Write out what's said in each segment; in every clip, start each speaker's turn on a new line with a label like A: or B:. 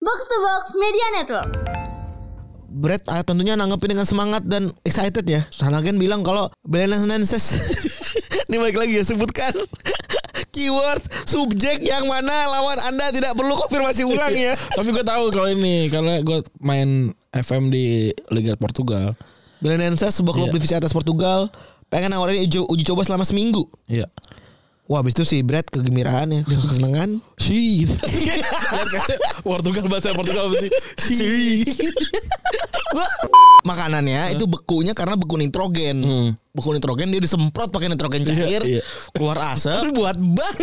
A: Box to Box Media Network.
B: Brad ah, tentunya nanggepin dengan semangat dan excited ya. Sanagen bilang kalau Belen Hernandez ini balik lagi ya sebutkan keyword subjek yang mana lawan Anda tidak perlu konfirmasi ulang ya.
C: Iya. Tapi gue tahu kalau ini karena gue main FM di Liga Portugal.
B: Belen Hernandez sebuah klub
C: Iya.
B: divisi atas Portugal pengen nawarin uji, uji coba selama seminggu.
C: Iya.
B: Wah, habis itu si Brad kegembiraan ya, kesenangan.
C: Si gitu. Lihat kaca, Portugal bahasa Portugal apa sih? Si.
B: makanannya itu bekunya karena beku nitrogen. Beku nitrogen dia disemprot pakai nitrogen cair,
C: iya.
B: keluar asap.
C: Tapi buat ban.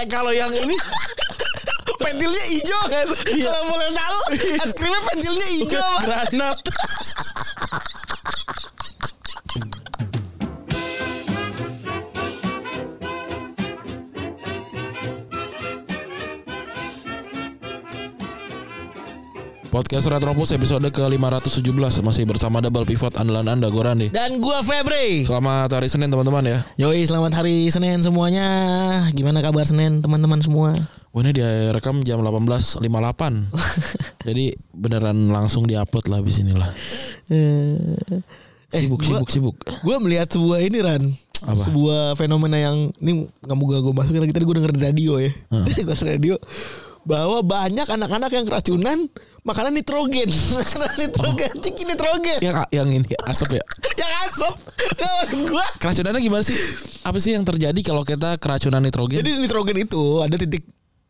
C: eh kalau yang ini
B: pentilnya hijau kan? Kalau boleh tahu, es krimnya pentilnya hijau. Pak.
C: granat. Podcast Retropus episode ke-517 Masih bersama Double Pivot andalan Anda, gue Randi
B: Dan gua Febri.
C: Selamat hari Senin teman-teman ya
B: Yoi, selamat hari Senin semuanya. Gimana kabar Senin teman-teman semua?
C: Wah, Ini dia rekam jam 18.58 Jadi beneran langsung diupload lah abis inilah
B: Eh, eh,
C: Sibuk,
B: gua-
C: sibuk, sibuk
B: Gue melihat sebuah ini Ran
C: Apa?
B: Sebuah fenomena yang Ini gak mau gue masukin lagi Tadi gue denger di radio ya Gue denger di radio Bahwa banyak anak-anak yang keracunan Makanan nitrogen Makanan nitrogen Ciki nitrogen
C: Yang, Iya, yang ini asap ya
B: Yang asap Nah, maksud gue
C: Keracunannya gimana sih? Apa sih yang terjadi kalau kita keracunan nitrogen?
B: Jadi nitrogen itu Ada titik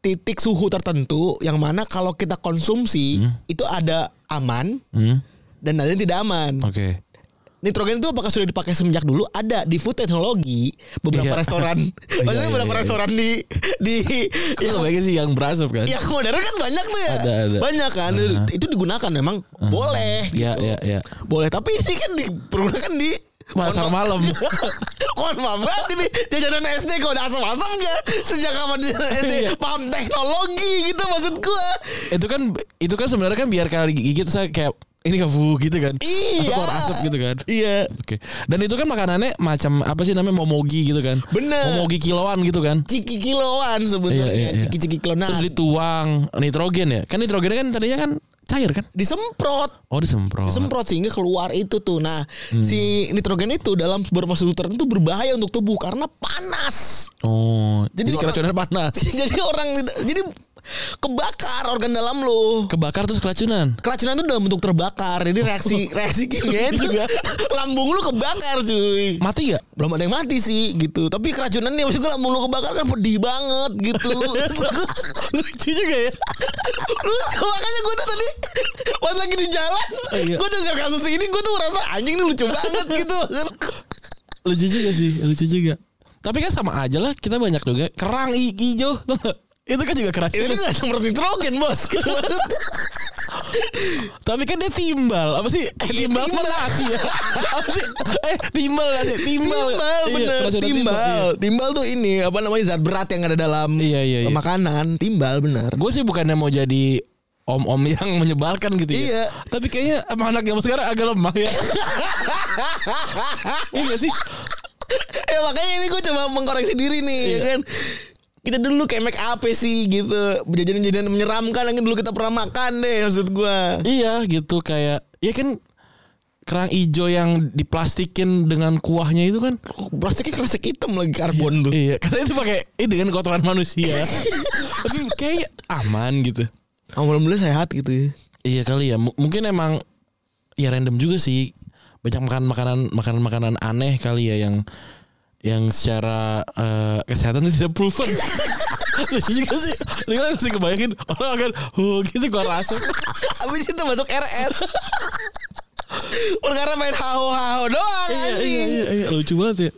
B: titik suhu tertentu yang mana kalau kita konsumsi itu ada aman
C: Hmm,
B: dan ada yang tidak aman.
C: Oke.
B: Nitrogen itu apakah sudah dipakai semenjak dulu? Ada di food teknologi beberapa
C: Iya.
B: restoran. Maksudnya
C: iya,
B: beberapa
C: iya.
B: restoran di di
C: Gue
B: Iya.
C: kebayang Iya, sih yang berasap kan?
B: yang modern kan banyak tuh ya.
C: Ada, ada.
B: Banyak kan. Itu digunakan memang boleh
C: Iya,
B: gitu.
C: iya, iya.
B: Boleh, tapi ini kan dipergunakan di
C: Pasar malam.
B: Mohon maaf banget ini jajanan SD kok udah asam-asam gak? Sejak kapan jajanan SD
C: Iya.
B: paham teknologi gitu maksud gua.
C: itu kan itu kan sebenarnya kan biar kali gigit saya kayak ini kafu gitu kan.
B: Iya.
C: Atau keluar asap gitu kan.
B: Iya.
C: Oke. Dan itu kan makanannya macam apa sih namanya momogi gitu kan?
B: Bener.
C: Momogi kiloan gitu kan.
B: Ciki kiloan sebetulnya.
C: Iya, iya, iya.
B: Ciki-ciki kiloan. Nah,
C: Terus dituang nitrogen ya. Kan nitrogennya kan tadinya kan cair kan?
B: disemprot.
C: Oh disemprot.
B: disemprot sehingga keluar itu tuh. Nah,
C: Hmm.
B: si nitrogen itu dalam beberapa suhu tertentu berbahaya untuk tubuh karena panas.
C: Oh.
B: Jadi
C: Jadi,
B: orang-
C: keracunan panas.
B: jadi orang jadi kebakar organ dalam lo.
C: Kebakar terus keracunan.
B: Keracunan itu dalam bentuk terbakar. Jadi reaksi reaksi kimia itu
C: Iya.
B: lambung lu kebakar cuy.
C: Mati gak?
B: Belum ada yang mati sih gitu. Tapi keracunan nih maksud gue lambung lu kebakar kan pedih banget gitu.
C: Lucu juga ya.
B: lucu makanya gue tuh tadi pas lagi di jalan
C: Iya.
B: gue dengar kasus ini gue tuh ngerasa anjing ini lucu banget gitu
C: lucu juga sih lucu juga tapi kan sama aja lah kita banyak juga kerang i- hijau tau nggak? itu kan juga
B: itu
C: keracunan
B: nggak seperti nitrogen bos Gitu maksudnya.
C: tapi kan dia timbal apa sih eh,
B: Iya,
C: timbal
B: timbal.
C: kan nasi ya apa sih eh timbal nasi timbal
B: timbal
C: Iya,
B: bener
C: keracunan
B: timbal
C: timbal,
B: timbal tuh ini apa namanya zat berat yang ada dalam
C: Iya, iya, iya.
B: makanan timbal bener
C: gue sih bukannya mau jadi om-om yang menyebalkan gitu ya
B: Iya.
C: tapi kayaknya sama anak zaman sekarang agak lemah ya iya gak sih
B: ya makanya ini gue coba mengkoreksi diri nih ya kan kita dulu kayak make up sih gitu jajanan-jajanan menyeramkan yang dulu kita pernah makan deh maksud gue
C: iya gitu kayak ya kan kerang hijau yang diplastikin dengan kuahnya itu kan
B: Ya, plastiknya kresek hitam lagi karbon tuh
C: Iya, katanya itu pakai ini dengan kotoran manusia. Tapi kayaknya aman gitu.
B: Alhamdulillah sehat gitu ya.
C: Iya kali ya. M- mungkin emang ya random juga sih. Banyak makan makanan makanan makanan aneh kali ya yang yang secara eh, kesehatan itu tidak proven. Lucu juga sih. Lu kan masih kebayangin orang akan huh gitu gua rasa.
B: Abis itu masuk RS. Perkara main hao-hao doang
C: iya,
B: anjing.
C: iya,
B: Iya,
C: iya, iya, lucu banget ya.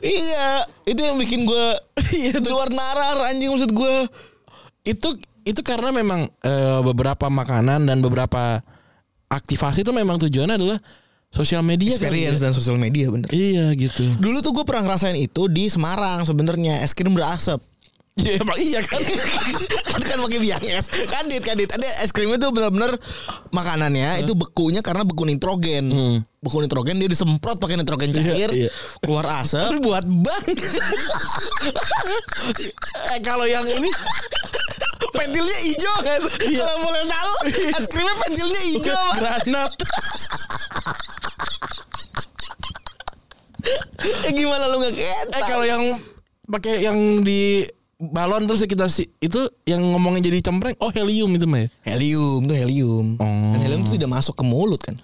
B: itu yang bikin gue
C: Iya,
B: di luar narar anjing maksud gue.
C: itu itu karena memang eh, beberapa makanan dan beberapa aktivasi itu memang tujuannya adalah sosial media kali ya.
B: dan sosial media bener.
C: Iya gitu.
B: Iya, Dulu tuh gue pernah ngerasain itu di Semarang sebenarnya es krim berasap.
C: Iya emang iya kan.
B: kan kan pakai biang es kandit kandit ada es krimnya tuh benar-benar makanannya itu bekunya karena beku nitrogen beku nitrogen dia disemprot pakai nitrogen cair
C: Hmm. iya.
B: keluar asap
C: Tapi buat ban. eh kalau yang ini
B: pentilnya hijau kan
C: Iya.
B: kalau boleh tahu es krimnya pentilnya hijau Pak.
C: Granat.
B: ya gimana lu nggak ketak
C: Eh kalau yang pakai yang di balon terus ya kita si itu yang ngomongnya jadi cempreng oh helium itu mah ya
B: helium tuh helium
C: Oh.
B: dan helium itu tidak masuk ke mulut kan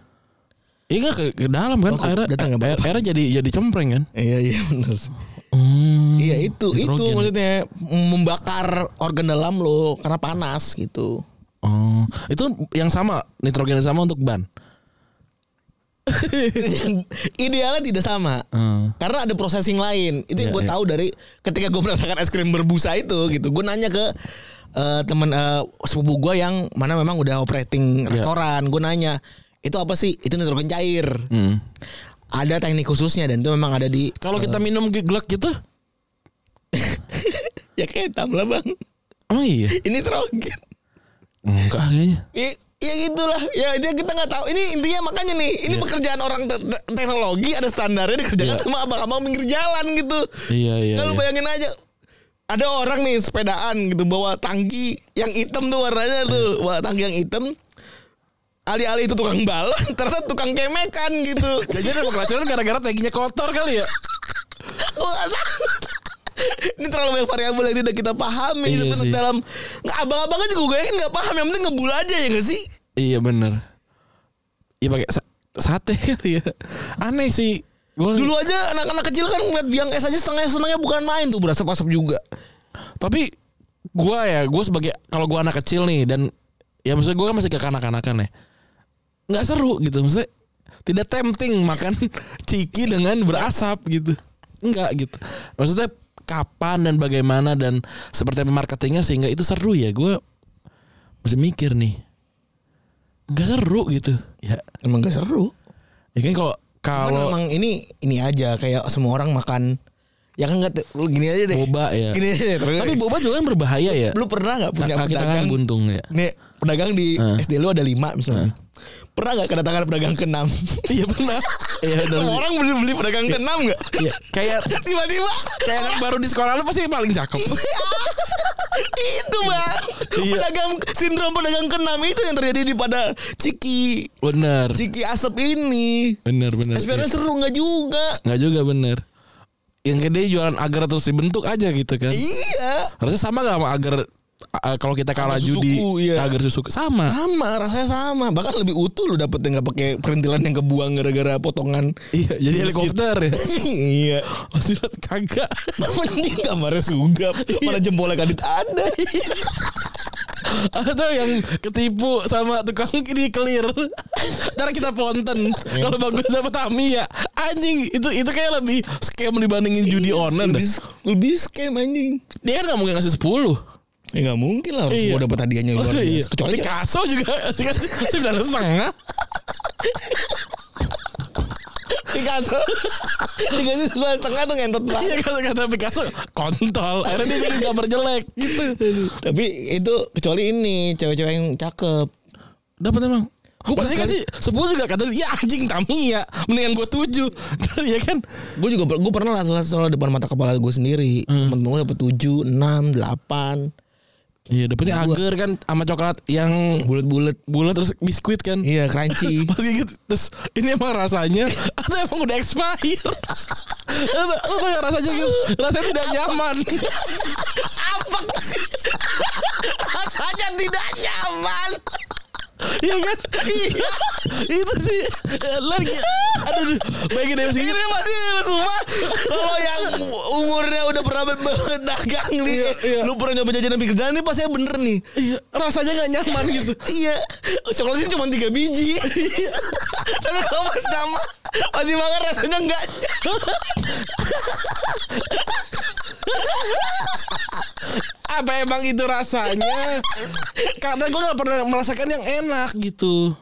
C: iya nggak ke, ke dalam
B: Oh,
C: kan
B: ke-
C: airnya
B: datang nggak
C: air,
B: apa-apa.
C: airnya jadi jadi cempreng kan
B: iya iya benar sih Iya itu itu
C: Hidrogen.
B: maksudnya membakar organ dalam lo karena panas gitu.
C: oh itu yang sama nitrogen yang sama untuk ban
B: Idealnya tidak sama.
C: Hmm.
B: Karena ada processing lain. Itu yang
C: Iya,
B: gue
C: iya.
B: tahu dari ketika gue merasakan es krim berbusa itu gitu. Gue nanya ke eh, teman eh, sepupu gue yang mana memang udah
C: Iya.
B: operating restoran. Gue nanya itu apa sih? Itu nitrogen cair. Ada teknik khususnya dan itu memang ada di
C: Hmm. kalau kita minum gelek gitu
B: ya kayak lah bang.
C: emang iya
B: Ini nitrogen.
C: enggak kayaknya
B: Ya, ya gitulah. Ya dia kita nggak tahu. Ini intinya makanya nih, ini pekerjaan orang te- te- teknologi ada standarnya dikerjakan
C: Iya.
B: sama abang-abang pinggir jalan gitu.
C: Iya, iya,
B: Nah, lu
C: iya.
B: bayangin aja. Ada orang nih sepedaan gitu bawa tangki yang hitam tuh warnanya
C: Iya.
B: tuh, bawa tangki yang hitam. Alih-alih itu tukang balon, ternyata tukang kemekan gitu.
C: Jajan emang keracunan gara-gara taginya kotor kali ya.
B: Gua nggak tahu. Ini terlalu banyak variabel yang tidak kita pahami
C: Iya
B: sebenarnya
C: sih.
B: dalam nggak abang-abangnya juga gue yakin nggak paham yang penting ngebul aja ya nggak sih?
C: Iya bener. Iya pakai sa- sate kali ya. Aneh sih. Gua,
B: Dulu aja anak-anak kecil kan ngeliat biang es aja setengah setengahnya bukan main tuh berasap-asap juga.
C: tapi gua ya, gua sebagai kalau gua anak kecil nih dan ya maksudnya gua kan masih kekanak-kanakan ya. Nggak seru gitu maksudnya. Tidak tempting makan ciki dengan berasap gitu. Enggak gitu. Maksudnya kapan dan bagaimana dan seperti apa marketingnya sehingga itu seru ya. Gua masih mikir nih. Enggak seru gitu. Ya
B: Emang gak seru.
C: Ya kan kalau kalau
B: Kalau emang ini ini aja kayak semua orang makan ya kan nggak lu gini aja deh.
C: boba ya.
B: Gini aja deh. terus.
C: Tapi boba juga kan berbahaya ya.
B: lu pernah nggak punya
C: Kaki tangan
B: pedagang?
C: buntung ya.
B: Nih pedagang di
C: Heeh.
B: SD lu ada lima
C: Nah.
B: misalnya. Pernah nggak kedatangan pedagang keenam?
C: Iya benar. Iya benar
B: Semua
C: sih.
B: orang beli beli pedagang keenam nggak?
C: Iya, kayak
B: Tiba-tiba
C: kayak anak baru di sekolah lu pasti paling cakep.
B: itu bang
C: Iya.
B: pedagang sindrom pedagang keenam itu yang terjadi di pada ciki
C: Bener.
B: ciki asap ini
C: Bener bener.
B: Espionnya seru nggak juga?
C: Enggak juga bener. Yang gede jualan agar terus dibentuk aja gitu kan.
B: Iya.
C: Harusnya sama gak sama agar eh, kalau kita
B: Agar
C: kalah judi
B: Suzuku, iya.
C: agar susu sama.
B: Sama, rasanya sama. Bahkan lebih utuh lu dapet yang nggak pakai perintilan yang kebuang gara-gara potongan.
C: Iya, jadi
B: Masjid.
C: helikopter ya.
B: iya.
C: Masih kagak.
B: Mending kamarnya sugap. Mana jempolnya kadit
C: Iya.
B: ada.
C: Atau yang ketipu sama tukang ini clear. Ntar kita ponten. Kalau bagus sama Tamiya. Anjing, itu itu kayak lebih scam dibandingin judi online. dah.
B: lebih, lebih scam anjing.
C: Dia kan gak mungkin ngasih 10.
B: Ya nggak mungkin lah orang
C: Iya.
B: semua dapat hadiahnya luar biasa.
C: Iya.
B: Kecuali
C: Picasso juga dikasih sembilan setengah.
B: Picasso. Dikasih sebelah setengah tuh ngentot
C: Iya
B: banget.
C: kata kata Picasso kontol. Akhirnya dia jadi gambar jelek gitu.
B: Tapi itu kecuali ini cewek-cewek yang cakep.
C: Dapat emang.
B: Gua
C: Gue pasti
B: berkali-
C: kasih sepuluh juga kata dia, ya anjing Tamiya mendingan gue tujuh, ya kan?
B: gue juga per- gue pernah lah soal, soal depan mata kepala gue sendiri
C: Hmm.
B: temen-temen gue dapet tujuh enam delapan
C: Iya dapetnya
B: Gua-
C: agar kan sama coklat yang
B: bulat-bulat
C: bulat terus biskuit kan?
B: iya crunchy
C: Pas gigit terus ini emang rasanya atau emang udah expire? atau, atau yang rasanya gitu, rasanya tidak nyaman.
B: rasanya tidak nyaman
C: Iya kan? Iya. Itu sih eh, lagi aduh bagi dari sini
B: ini pasti lu semua kalau yang umurnya udah pernah ber- berdagang nih
C: Iya, iya.
B: lu pernah nyoba jajanan pinggir jalan nih pasti bener nih
C: rasanya nggak nyaman gitu. Iya.
B: iya coklatnya cuma tiga biji tapi kalau pas nama pasti banget rasanya enggak
C: Apa emang itu rasanya? Karena gue nggak pernah merasakan yang enak gitu.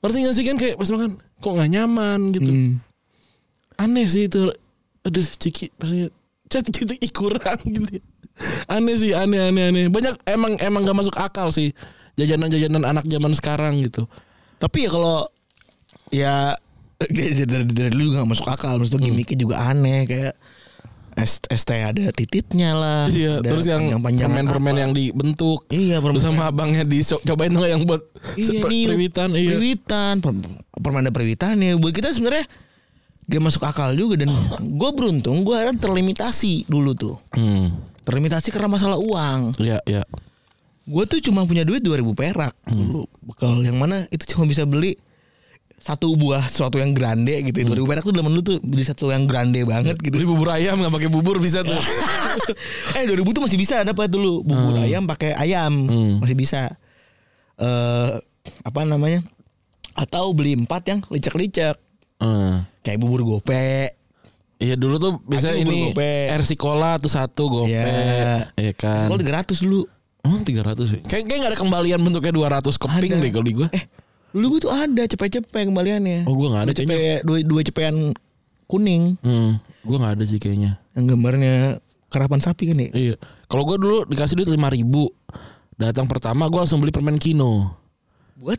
C: Ngerti gak sih kan kayak pas makan kok nggak nyaman gitu.
B: Hmm.
C: Aneh sih itu. Aduh ciki pasti cat gitu ih, kurang gitu. Aneh sih aneh aneh aneh. Banyak emang emang nggak masuk akal sih jajanan-jajanan anak zaman sekarang gitu.
B: Tapi ya kalau
C: Hmm.
B: ya dari, dari, dari dulu juga gak masuk akal, maksudnya gimmicknya juga aneh kayak S- ST ada tititnya lah.
C: Iya,
B: ada
C: terus yang
B: panjang-panjangan
C: permen-permen
B: apa.
C: yang dibentuk.
B: Iya, permen
C: Terus sama abangnya di cobain dong yang buat
B: Iya,
C: seper-
B: nih,
C: periwitan, iya.
B: Periwitan, per- permen ada periwitan ya. Buat kita sebenarnya gak masuk akal juga dan gue beruntung gue akhirnya terlimitasi dulu tuh.
C: Hmm.
B: Terlimitasi karena masalah uang.
C: Iya, iya.
B: Gue tuh cuma punya duit 2000 perak
C: Hmm.
B: dulu bekal yang mana itu cuma bisa beli satu buah sesuatu yang grande gitu. 2000 perak tuh dalam lu tuh beli satu yang grande banget gitu.
C: Hmm. Beli bubur ayam nggak pakai bubur bisa tuh.
B: eh 2000 tuh masih bisa dapat dulu bubur ayam pakai ayam
C: Hmm.
B: masih bisa. Eh apa namanya? Atau beli empat yang licek-licek.
C: Eh.
B: kayak bubur gope
C: Iya dulu tuh biasanya
B: Ada bubur
C: ini
B: gope.
C: RC Cola tuh satu gope.
B: Iya.
C: Iya kan.
B: Sekolah 300 dulu
C: Emang 300 sih. Kayak kayak gak ada kembalian bentuknya 200 keping
B: Ada.
C: deh kalau di gua.
B: eh dulu gue tuh ada cepet-cepet kembaliannya
C: Oh, gua nggak ada
B: Dua cepe, dua, dua cepean kuning
C: Hmm, gua nggak ada sih kayaknya.
B: yang gambarnya karapan sapi kan ya
C: Iya. Kalau gua dulu dikasih duit 5000. Datang pertama gua langsung beli permen Kino.
B: buat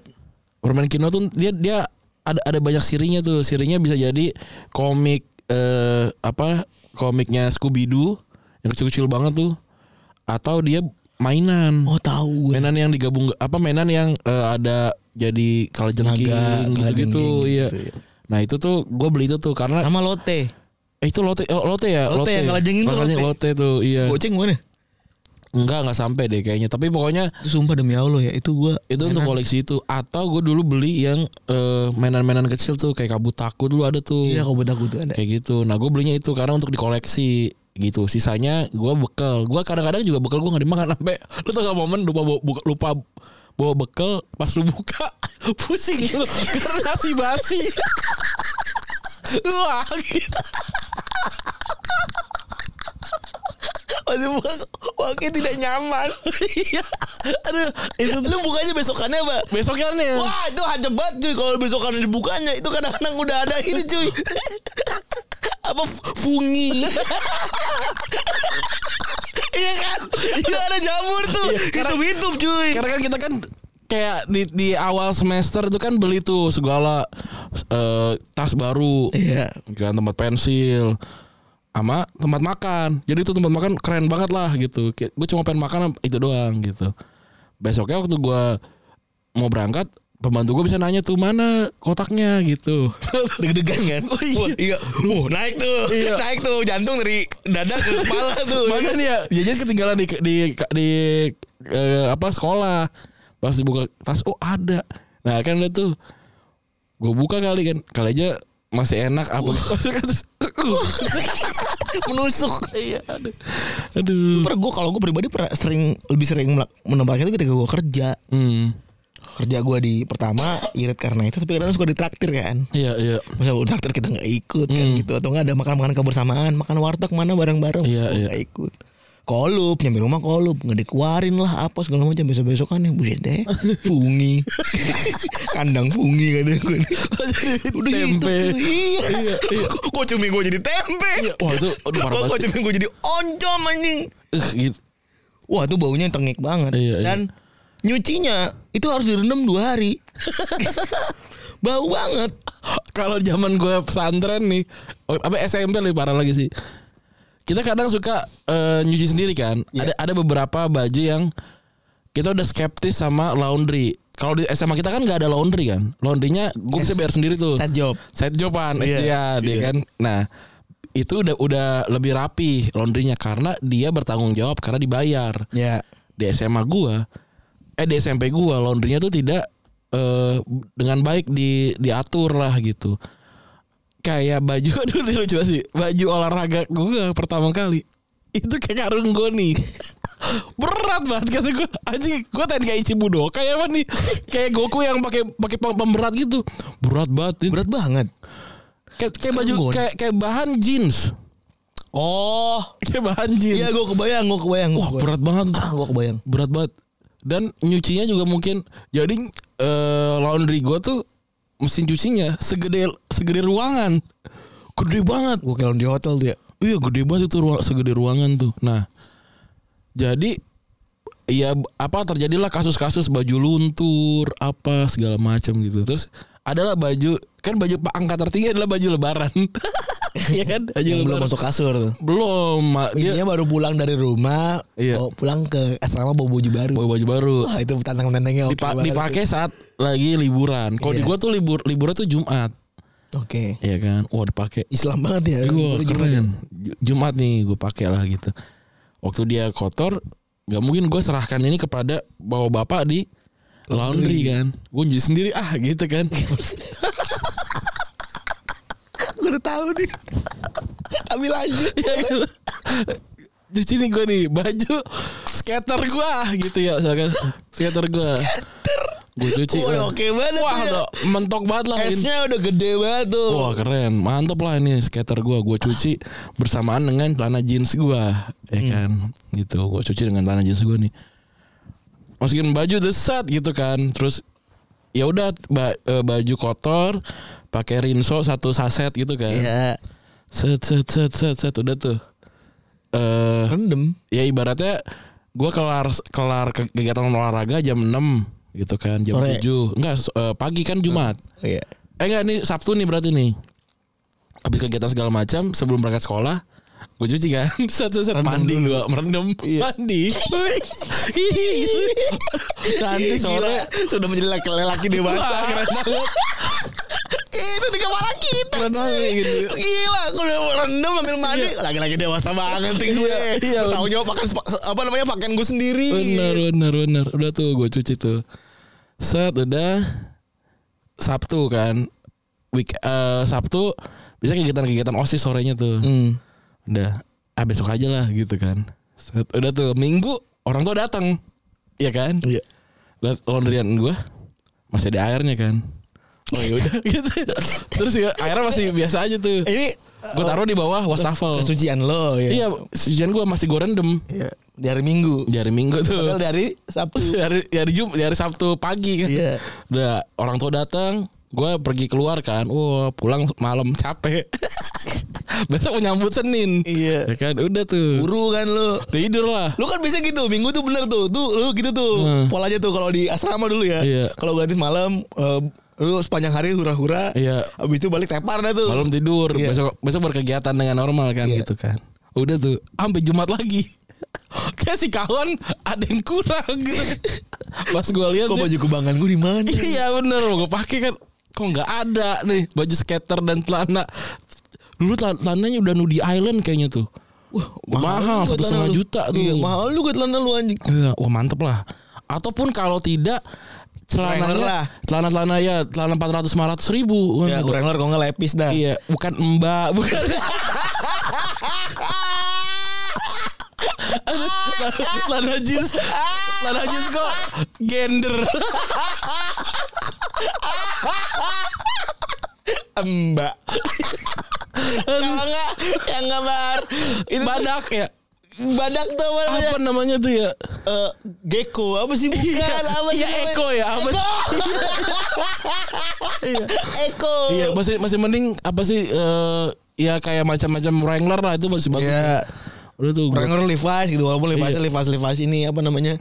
C: Permen Kino tuh dia dia ada ada banyak sirinya tuh. Sirinya bisa jadi komik eh apa? Komiknya Scooby Doo yang kecil-kecil banget tuh. Atau dia mainan.
B: oh tahu gue
C: mainan yang digabung apa mainan yang eh, ada jadi kalajengking
B: Naga,
C: gitu-gitu
B: kalajengking
C: iya.
B: gitu, iya.
C: Nah itu tuh gue beli itu tuh karena
B: sama lote
C: eh, itu lote oh, lote ya
B: Lote yang kalajengking tuh
C: Kalajengking lote. tuh iya.
B: goceng mana
C: Enggak enggak sampai deh kayaknya tapi pokoknya
B: itu sumpah demi allah ya itu gue
C: itu untuk koleksi itu atau gue dulu beli yang eh, mainan-mainan kecil tuh kayak kabutaku dulu ada tuh
B: iya kau buat aku tuh ada
C: kayak gitu nah gue belinya itu karena untuk dikoleksi gitu sisanya gue bekal gue kadang-kadang juga bekal gue nggak dimakan sampai lu tau gak momen lupa bawa, buka- lupa bawa bekal pas lu buka pusing lu karena nasi basi Wah, gitu.
B: masih bukan wakil tidak nyaman
C: Iya. Aduh, itu
B: lu bukanya besokannya apa
C: besoknya nih.
B: Wah itu hajat banget cuy Kalau besokan dibukanya Itu kadang-kadang udah ada ini cuy Apa f- fungi Iya kan Itu ada jamur tuh
C: Iya, karena-
B: Hidup-hidup cuy
C: Karena kan kita kan kayak di di awal semester tuh kan beli tuh segala eh, tas baru.
B: Iya
C: kan tempat pensil sama tempat makan jadi itu tempat makan keren banget lah gitu gue cuma pengen makan itu doang gitu besoknya waktu gue mau berangkat pembantu gue bisa nanya tuh mana kotaknya gitu
B: Deg-degan kan
C: Oh, iya.
B: Wah, iya. Wuh, Naik tuh
C: Iya.
B: Naik tuh Jantung dari dada ke kepala tuh
C: mana nih ya jajan ketinggalan di di di eh, apa sekolah pas dibuka tas oh ada nah kan udah tuh gue buka kali kan kali aja masih enak apa masuk
B: Menusuk
C: iya aduh aduh
B: Pernah gue kalau gue pribadi pernah sering lebih sering melak- menempatkan itu ketika gue kerja
C: hmm.
B: kerja gue di pertama irit karena itu tapi kadang suka ditraktir kan
C: iya iya
B: Masa udah traktir "Oh, kita nggak ikut kan
C: Hmm.
B: gitu atau nggak ada makan-makan kebersamaan makan warteg mana bareng-bareng Masa
C: Iya,
B: gua
C: iya.
B: nggak ikut kolup nyampe rumah kolup nggak dikeluarin lah apa segala macam besok besokan ya buset deh fungi kandang fungi kadang gue udah
C: tempe.
B: gitu, iya, iya. gue cumi gue jadi tempe
C: Iya, wah itu aduh
B: gue
C: parah banget. sih.
B: cumi gue jadi oncom anjing
C: Eh, gitu.
B: Wah itu baunya tengik banget
C: Iya,
B: Dan nyucinya itu harus direndam dua hari Bau banget
C: Kalau zaman gue pesantren nih, oh, apa SMP lebih parah lagi sih. Kita kadang suka eh, nyuci sendiri kan.
B: Iya.
C: Ada ada beberapa baju yang kita udah skeptis sama laundry. Kalau di SMA kita kan nggak ada laundry kan. Laundrynya gue bisa bayar sendiri tuh.
B: Side job.
C: Set joban
B: Iya,
C: SDA dia
B: iya.
C: kan. Nah, itu udah udah lebih rapi laundrynya karena dia bertanggung jawab karena dibayar.
B: Ya
C: di SMA gua eh di SMP gua laundrynya tuh tidak eh, dengan baik di diatur lah gitu kayak baju aduh ini lucu banget sih baju olahraga gua pertama kali itu kayak karung gua nih berat banget kata gua anjing gua tadi kayak Ichibudo kayak apa nih kayak Goku yang pakai pakai pem- pemberat gitu berat banget ini.
B: Berat banget
C: kayak, kayak baju
B: Karung gua.
C: kayak kayak bahan jeans
B: Oh
C: kayak bahan jeans
B: Iya gue kebayang Gue kebayang
C: wah berat banget
B: Gue kebayang
C: berat banget dan nyucinya juga mungkin jadi eh, laundry gua tuh mesin cucinya segede segede ruangan gede banget
B: Gue kalau di hotel tuh ya
C: iya gede banget itu ruang segede ruangan tuh nah jadi ya apa terjadilah kasus-kasus baju luntur apa segala macam gitu terus adalah baju kan baju pak angka tertinggi adalah baju lebaran. Iya kan? Baju
B: Yang belum
C: lebaran.
B: masuk Iya. kasur tuh.
C: Belum. Ma. Dia
B: Ininya baru pulang dari rumah,
C: Iya.
B: bawa pulang ke asrama bawa baju baru.
C: bawa baju baru.
B: Wah, itu tantang-tantangnya oke
C: Dipa-
B: banget.
C: dipakai saat lagi liburan. Kalau di
B: Iya.
C: gua tuh libur liburan tuh Jumat.
B: Oke.
C: Iya kan? Wah, dipakai.
B: Islam banget ya.
C: Gue
B: Baru Jumat.
C: Iya, keren. Ju- Jumat nih gue pakai lah gitu. Waktu dia kotor, nggak mungkin gue serahkan ini kepada bawa bapak di laundry, kan. Gue nyuci sendiri ah gitu kan.
B: Gue udah tahu nih. Ambil aja.
C: Iya kan? Cuci nih gue nih baju skater gue gitu ya misalkan skater gue. Gue cuci.
B: Wah,
C: lah.
B: oke Eh, banget
C: Iya. Wah,
B: tuh ya.
C: udah mentok banget lah. ini.
B: Esnya udah gede banget tuh.
C: Wah keren, mantep lah ini skater gua Gue cuci bersamaan dengan celana jeans gua Ya
B: Hmm.
C: kan, gitu Gue cuci dengan celana jeans gua nih Masukin baju desat gitu kan Terus ya udah ba- eh, baju kotor pakai rinso satu saset gitu kan
B: Iya.
C: set set set set set udah tuh eh
B: Rendem.
C: ya ibaratnya gua kelar kelar ke- kegiatan olahraga jam 6 gitu kan jam
B: Sore.
C: 7 enggak so- eh, pagi kan Jumat
B: Iya.
C: Eh enggak nih Sabtu nih berarti nih. Habis kegiatan segala macam sebelum berangkat sekolah gue cuci kan set set, set. mandi gue merendam Iya. mandi Gitu. nanti sore
B: sudah menjadi laki-laki dewasa.
C: Wah, keren banget.
B: itu di kepala kita.
C: Keren banget
B: cuy.
C: gitu.
B: Gila, gue udah rendem ambil mandi. Laki-laki dewasa banget sih gue.
C: iya.
B: Terus Tahu jawab makan spa- apa namanya pakaian gue sendiri.
C: bener bener bener udah tuh gue cuci tuh set udah Sabtu kan week eh, Sabtu bisa kegiatan-kegiatan osis sorenya tuh
B: Hmm.
C: udah ah besok aja lah gitu kan Set, udah tuh minggu orang tua datang ya kan
B: Iya.
C: lihat laundryan gue masih ada airnya kan oh yaudah gitu terus ya, airnya masih biasa aja tuh
B: Ini oh,
C: gue taruh di bawah wastafel
B: kesucian lo ya.
C: iya sejalan gue masih gue rendem
B: Iya. Di hari Minggu.
C: di hari minggu
B: Padahal
C: tuh
B: dari Sabtu.
C: di hari di hari Jum- di hari sabtu pagi kan
B: Iya.
C: udah orang tua datang gue pergi keluar kan wah pulang malam capek besok menyambut senin
B: Iya.
C: ya kan udah tuh
B: Buru kan lo.
C: tidur lah
B: Lu kan bisa gitu, minggu tuh bener tuh. Tuh lu gitu tuh.
C: Hmm.
B: Polanya tuh kalau di asrama dulu ya.
C: Iya.
B: Kalau gratis malam eh, lu sepanjang hari hura-hura.
C: Iya.
B: Habis itu balik tepar dah tuh.
C: malam tidur
B: Iya.
C: besok besok berkegiatan dengan normal kan
B: Iya.
C: gitu kan udah tuh sampai jumat lagi kayak si kawan ada yang kurang gitu. pas gue lihat
B: Kok
C: dia-
B: baju kubangan gue di mana?
C: iya bener gue pakai kan kok nggak ada nih baju skater dan celana dulu telan- celananya udah Nudi Island kayaknya tuh Wah, mahal
B: juga
C: satu
B: celana
C: setengah
B: lu.
C: juta tuh
B: Iya, mahal lu gue celana lu anjing.
C: Iya, wah mantep lah. Ataupun kalau tidak
B: Wrangler lah.
C: celananya celana celana ya celana 400 500 ribu
B: Ya, Wrangler kok nggak lepis dah.
C: Iya, bukan Mbak, bukan. Lana jeans, lana jeans kok gender.
B: Mbak. Kalau nggak yang gambar itu
C: Badak ya.
B: badak tuh apa namanya?
C: Apa namanya tuh ya?
B: Eh, gecko apa sih bukan apa sih
C: Iya,
B: namanya?
C: Eko ya, apa sih? Iya.
B: Eko.
C: Iya, masih masih mending apa sih eh, ya kayak macam-macam Wrangler lah itu masih bagus.
B: Iya.
C: Udah tuh. gua-
B: Wrangler Levi's gitu walaupun Levi's
C: Iya.
B: Levi's Levi's ini apa namanya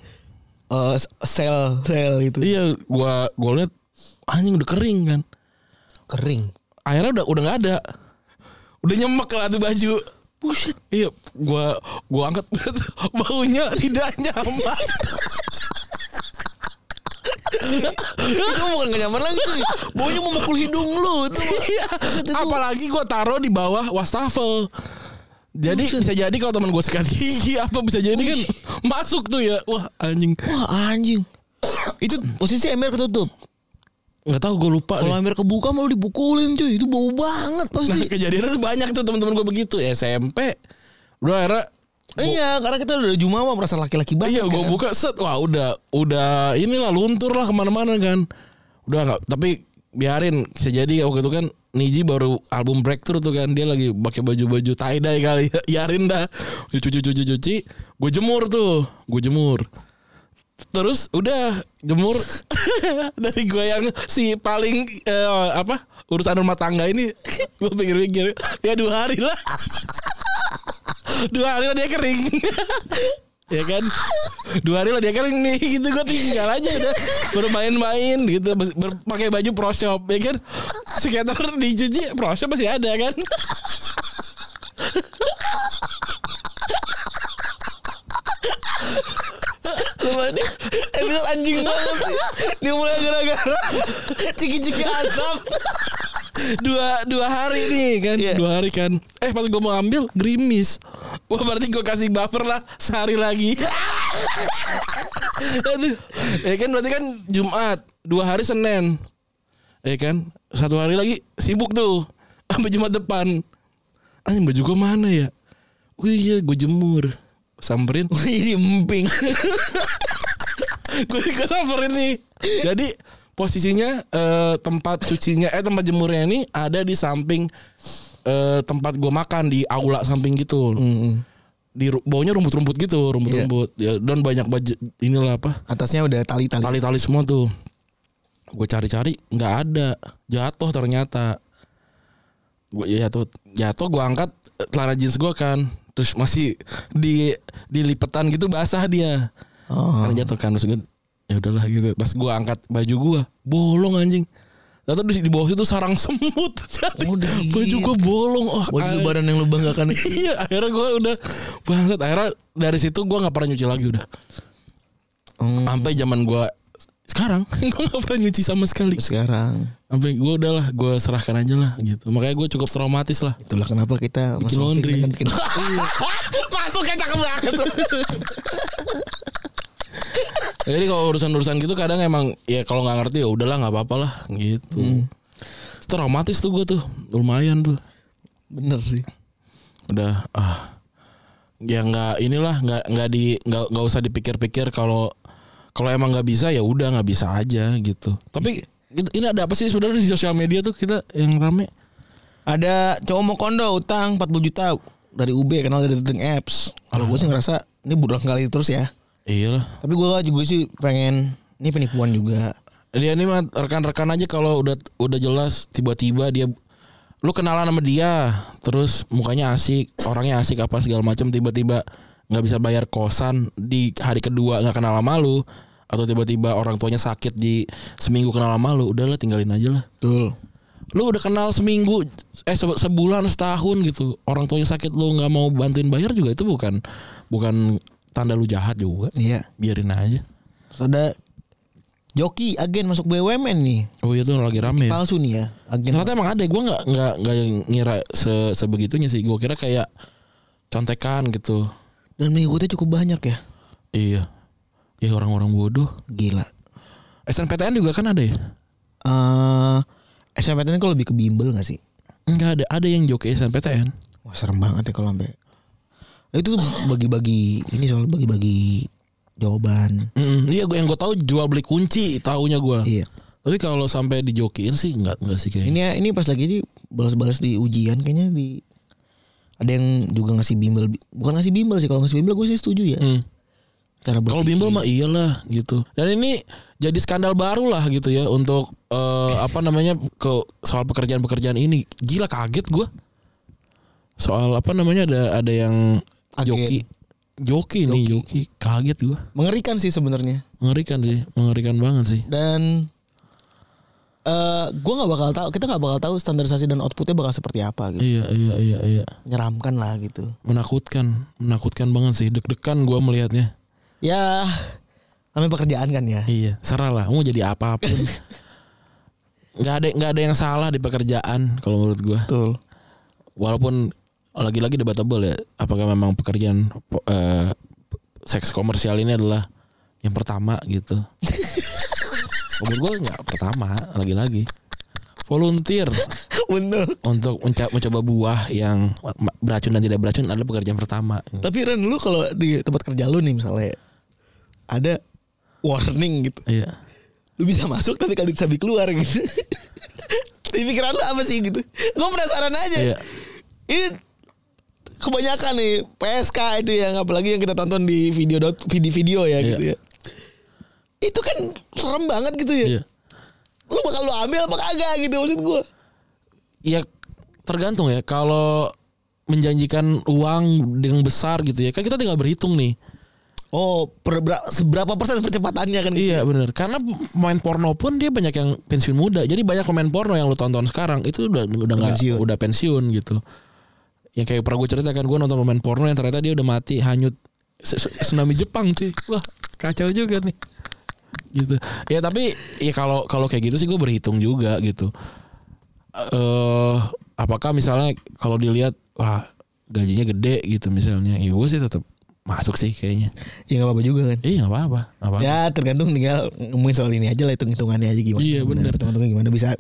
B: eh sel sel gitu
C: Iya, gua gua liat anjing udah kering kan.
B: kering
C: Akhirnya udah udah nggak ada. Udah nyemek lah tuh baju. Buset. Iya, gua gua angkat baunya tidak nyaman.
B: itu bukan gak nyaman lagi cuy baunya memukul hidung lu itu
C: Iya. Apalagi gua taruh di bawah wastafel. Jadi bisa jadi kalau teman gua sikat gigi apa bisa jadi kan masuk tuh ya. Wah, anjing.
B: wah anjing itu posisi ember ketutup
C: nggak tahu gua lupa
B: kalau
C: deh.
B: ember kebuka malu dipukulin cuy itu bau banget
C: Nah,
B: pasti
C: kejadiannya tuh banyak tuh teman-teman gua begitu Ya, SMP. Udah akhirnya
B: iya karena kita udah jumawa merasa laki-laki banget
C: Iya gue
B: kan.
C: buka set Wah udah Udah inilah luntur lah kemana-mana kan Udah nggak Tapi biarin bisa jadi waktu itu kan Niji baru album breakthrough tuh kan dia lagi pakai baju-baju tie dye kali yarin dah cuci-cuci-cuci gue jemur tuh gue jemur terus udah jemur dari gue yang si paling eh, apa urusan rumah tangga ini gue pikir-pikir ya dua hari lah dua hari lah dia kering ya kan dua hari lah dia kan nih gitu gue tinggal aja udah bermain-main gitu Bes- ber- pakai baju pro shop ya kan skater dicuci pro shop masih ada kan
B: Sumpah ini episode anjing banget sih. Dia mulai gara-gara ciki-ciki asap.
C: dua dua hari nih kan
B: Iya.
C: dua hari kan eh pas gue mau ambil gerimis wah berarti gue kasih buffer lah sehari lagi Aduh. ya kan berarti kan Jumat dua hari Senin ya kan satu hari lagi sibuk tuh sampai Jumat depan ah baju gue mana ya oh iya gue jemur samperin
B: Jadi emping.
C: gue gue samperin nih jadi posisinya eh, tempat cucinya eh tempat jemurnya ini ada di samping eh, tempat gue makan di aula samping gitu
B: Hmm.
C: di ru- baunya rumput-rumput gitu rumput-rumput Ya, dan banyak baju inilah apa
B: Atasnya udah tali-tali.
C: tali-tali semua tuh gue cari-cari nggak ada jatuh ternyata gue ya jatuh jatuh gue angkat eh, celana jeans gue kan terus masih di di lipetan gitu basah dia
B: Oh.
C: karena jatuh kan terus gue ya udahlah gitu pas gue angkat baju gue bolong anjing Lalu di, di bawah situ sarang semut Jadi
B: Oh, gitu.
C: baju gue bolong oh,
B: Baju
C: ay-
B: lebaran yang lu banggakan.
C: iya akhirnya gue udah bangsat akhirnya dari situ gue nggak pernah nyuci lagi udah
B: Hmm,
C: sampai zaman gue sekarang gue nggak pernah nyuci sama sekali
B: sekarang
C: sampai gue udahlah gue serahkan aja lah gitu makanya gue cukup traumatis lah
B: itulah kenapa kita
C: Bikin laundry.
B: Masuk ke cakep banget.
C: jadi kalau urusan-urusan gitu kadang emang ya kalau nggak ngerti ya udahlah nggak apa-apa lah gitu traumatis tuh gue tuh lumayan tuh
B: Bener sih.
C: udah ah ya nggak inilah nggak nggak di nggak nggak usah dipikir-pikir kalau kalau emang nggak bisa ya udah nggak bisa aja gitu tapi gitu, ini ada apa sih sebenarnya di sosial media tuh kita yang rame
B: Ada cowok mau kondo utang 40 juta dari UB kenal dari dating apps. Kalau gue sih ngerasa ini budak kali terus ya.
C: iyalah
B: Tapi gue juga sih pengen ini penipuan juga.
C: dia Iya, ini mah rekan-rekan aja kalau udah udah jelas tiba-tiba dia lu kenalan sama dia terus mukanya asik orangnya asik apa segala macam tiba-tiba nggak bisa bayar kosan di hari kedua nggak kenal sama lu atau tiba-tiba orang tuanya sakit di seminggu kenal sama lu udahlah tinggalin aja lah
B: Betul.
C: lu udah kenal seminggu eh se- sebulan setahun gitu orang tuanya sakit lu nggak mau bantuin bayar juga itu bukan bukan tanda lu jahat juga
B: Iya.
C: biarin aja
B: Terus ada joki agen masuk BUMN nih.
C: oh iya tuh lagi rame ya.
B: Palsu nih ya. Agen
C: ternyata emang ada gue nggak nggak nggak ngira se sebegitunya sih gue kira kayak contekan gitu
B: dan mengikutnya cukup banyak ya.
C: iya ya orang-orang bodoh
B: Gila.
C: SNPTN juga kan ada ya
B: Eh SNMPTN kok lebih ke bimbel gak sih?
C: nggak ada ada yang joki SNPTN
B: Wah serem banget ya kalau sampai itu tuh bagi-bagi ini soal bagi-bagi jawaban.
C: Mm, iya gue yang gue tahu jual beli kunci taunya gue
B: Iya.
C: tapi kalau sampai dijokiin sih nggak nggak sih kayaknya
B: Ini ya, ini pas lagi di balas-balas di ujian kayaknya di ada yang juga ngasih bimbel bukan ngasih bimbel sih kalau ngasih bimbel gue sih setuju ya
C: Hmm.
B: cara
C: Kalau
B: berpikir.
C: bimbel mah iyalah gitu. Dan ini jadi skandal baru lah gitu ya untuk eh, apa namanya ke soal pekerjaan-pekerjaan ini. Gila kaget gua. Soal apa namanya ada ada yang
B: Agen.
C: joki joki nih joki kaget gua.
B: mengerikan sih sebenarnya
C: Mengerikan sih, mengerikan banget sih.
B: dan eh gue nggak bakal tahu kita nggak bakal tahu standarisasi dan outputnya bakal seperti apa gitu
C: Iya iya iya iya.
B: menyeramkan lah gitu
C: Menakutkan, menakutkan banget sih. Deg-degan gua melihatnya.
B: ya namanya pekerjaan kan ya
C: Iya, serah lah. Mau jadi apapun. nggak ada nggak ada yang salah di pekerjaan kalau menurut gua.
B: betul
C: walaupun lagi-lagi debatable ya apakah memang pekerjaan po- eh, seks komersial ini adalah yang pertama gitu menurut gue nggak pertama lagi-lagi volunteer
B: bener
C: untuk menca- mencoba buah yang ma- beracun dan tidak beracun adalah pekerjaan pertama
B: tapi Ren lu kalau di tempat kerja lu nih misalnya ada warning gitu
C: iya
B: lu bisa masuk tapi kalau bisa keluar gitu di pikiran lu apa sih gitu gue penasaran aja
C: Iya.
B: ini kebanyakan nih PSK itu yang apalagi yang kita tonton di video dot video video ya
C: Iya.
B: gitu ya itu kan serem banget gitu ya
C: iya
B: lu bakal lu ambil apa kagak gitu maksud gue
C: ya tergantung ya kalau menjanjikan uang dengan besar gitu ya kan kita tinggal berhitung nih
B: Oh, per, bra- seberapa persen percepatannya kan?
C: Iya bener Karena pemain porno pun dia banyak yang pensiun muda Jadi banyak pemain porno yang lu tonton sekarang Itu udah udah nggak
B: Pensiun.
C: udah pensiun gitu Yang kayak pernah gue cerita kan Gue nonton pemain porno yang ternyata dia udah mati Hanyut se- se- tsunami Jepang cuy Wah kacau juga nih gitu ya tapi ya kalau kalau kayak gitu sih gue berhitung juga gitu eh apakah misalnya kalau dilihat wah gajinya gede gitu misalnya ya gue sih tetap masuk sih kayaknya
B: Ya nggak apa-apa juga kan?
C: iya nggak apa-apa nggak apa-apa
B: Ya tergantung tinggal ngomongin soal ini aja lah hitung-hitungannya aja gimana.
C: Iya, bener.
B: Teman-teman gimana bisa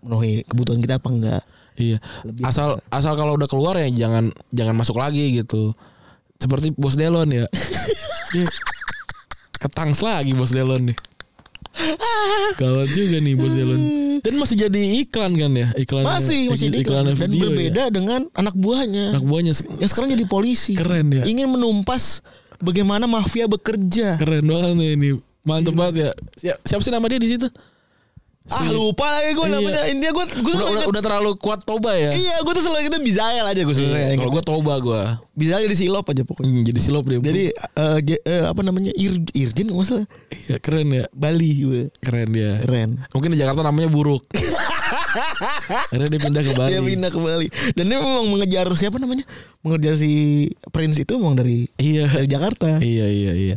B: memenuhi kebutuhan kita apa enggak?
C: Iya.
B: Lebih
C: asal asal kalau udah keluar ya jangan jangan masuk lagi gitu. Seperti bos Delon ya. Dia Ketangs lagi bos Delon nih. Gawat juga nih bos Delon. Dan masih jadi iklan kan ya? Iklan
B: Masih masih di
C: iklan,
B: dan
C: video
B: berbeda
C: Ya?
B: dengan anak buahnya.
C: Anak buahnya ya,
B: yang Ya, sekarang jadi polisi.
C: Keren ya.
B: Ingin menumpas bagaimana mafia bekerja.
C: keren banget nih ini.
B: Iya.
C: Mantep banget ya. Siap, siapa sih nama dia di situ?
B: Ah lupa lagi gue
C: Iya.
B: namanya. Intinya gue gue
C: Udah, udah, udah terlalu kuat toba ya.
B: Iya, gue tuh selalu kita Bizael aja gue sebenarnya.
C: Kalau gue toba gue.
B: Bizael jadi silop aja pokoknya.
C: Hmm, jadi silop dia.
B: Jadi eh, je- eh, apa namanya? Ir, Irjen nggak salah.
C: ya, keren ya.
B: Bali gue.
C: Keren dia.
B: Keren.
C: Mungkin di Jakarta namanya buruk. Akhirnya dia pindah ke Bali.
B: Dia pindah ke Bali. Dan dia memang mengejar siapa namanya? Mengejar si Prince itu memang dari
C: Iya.
B: dari Jakarta.
C: Iya iya iya.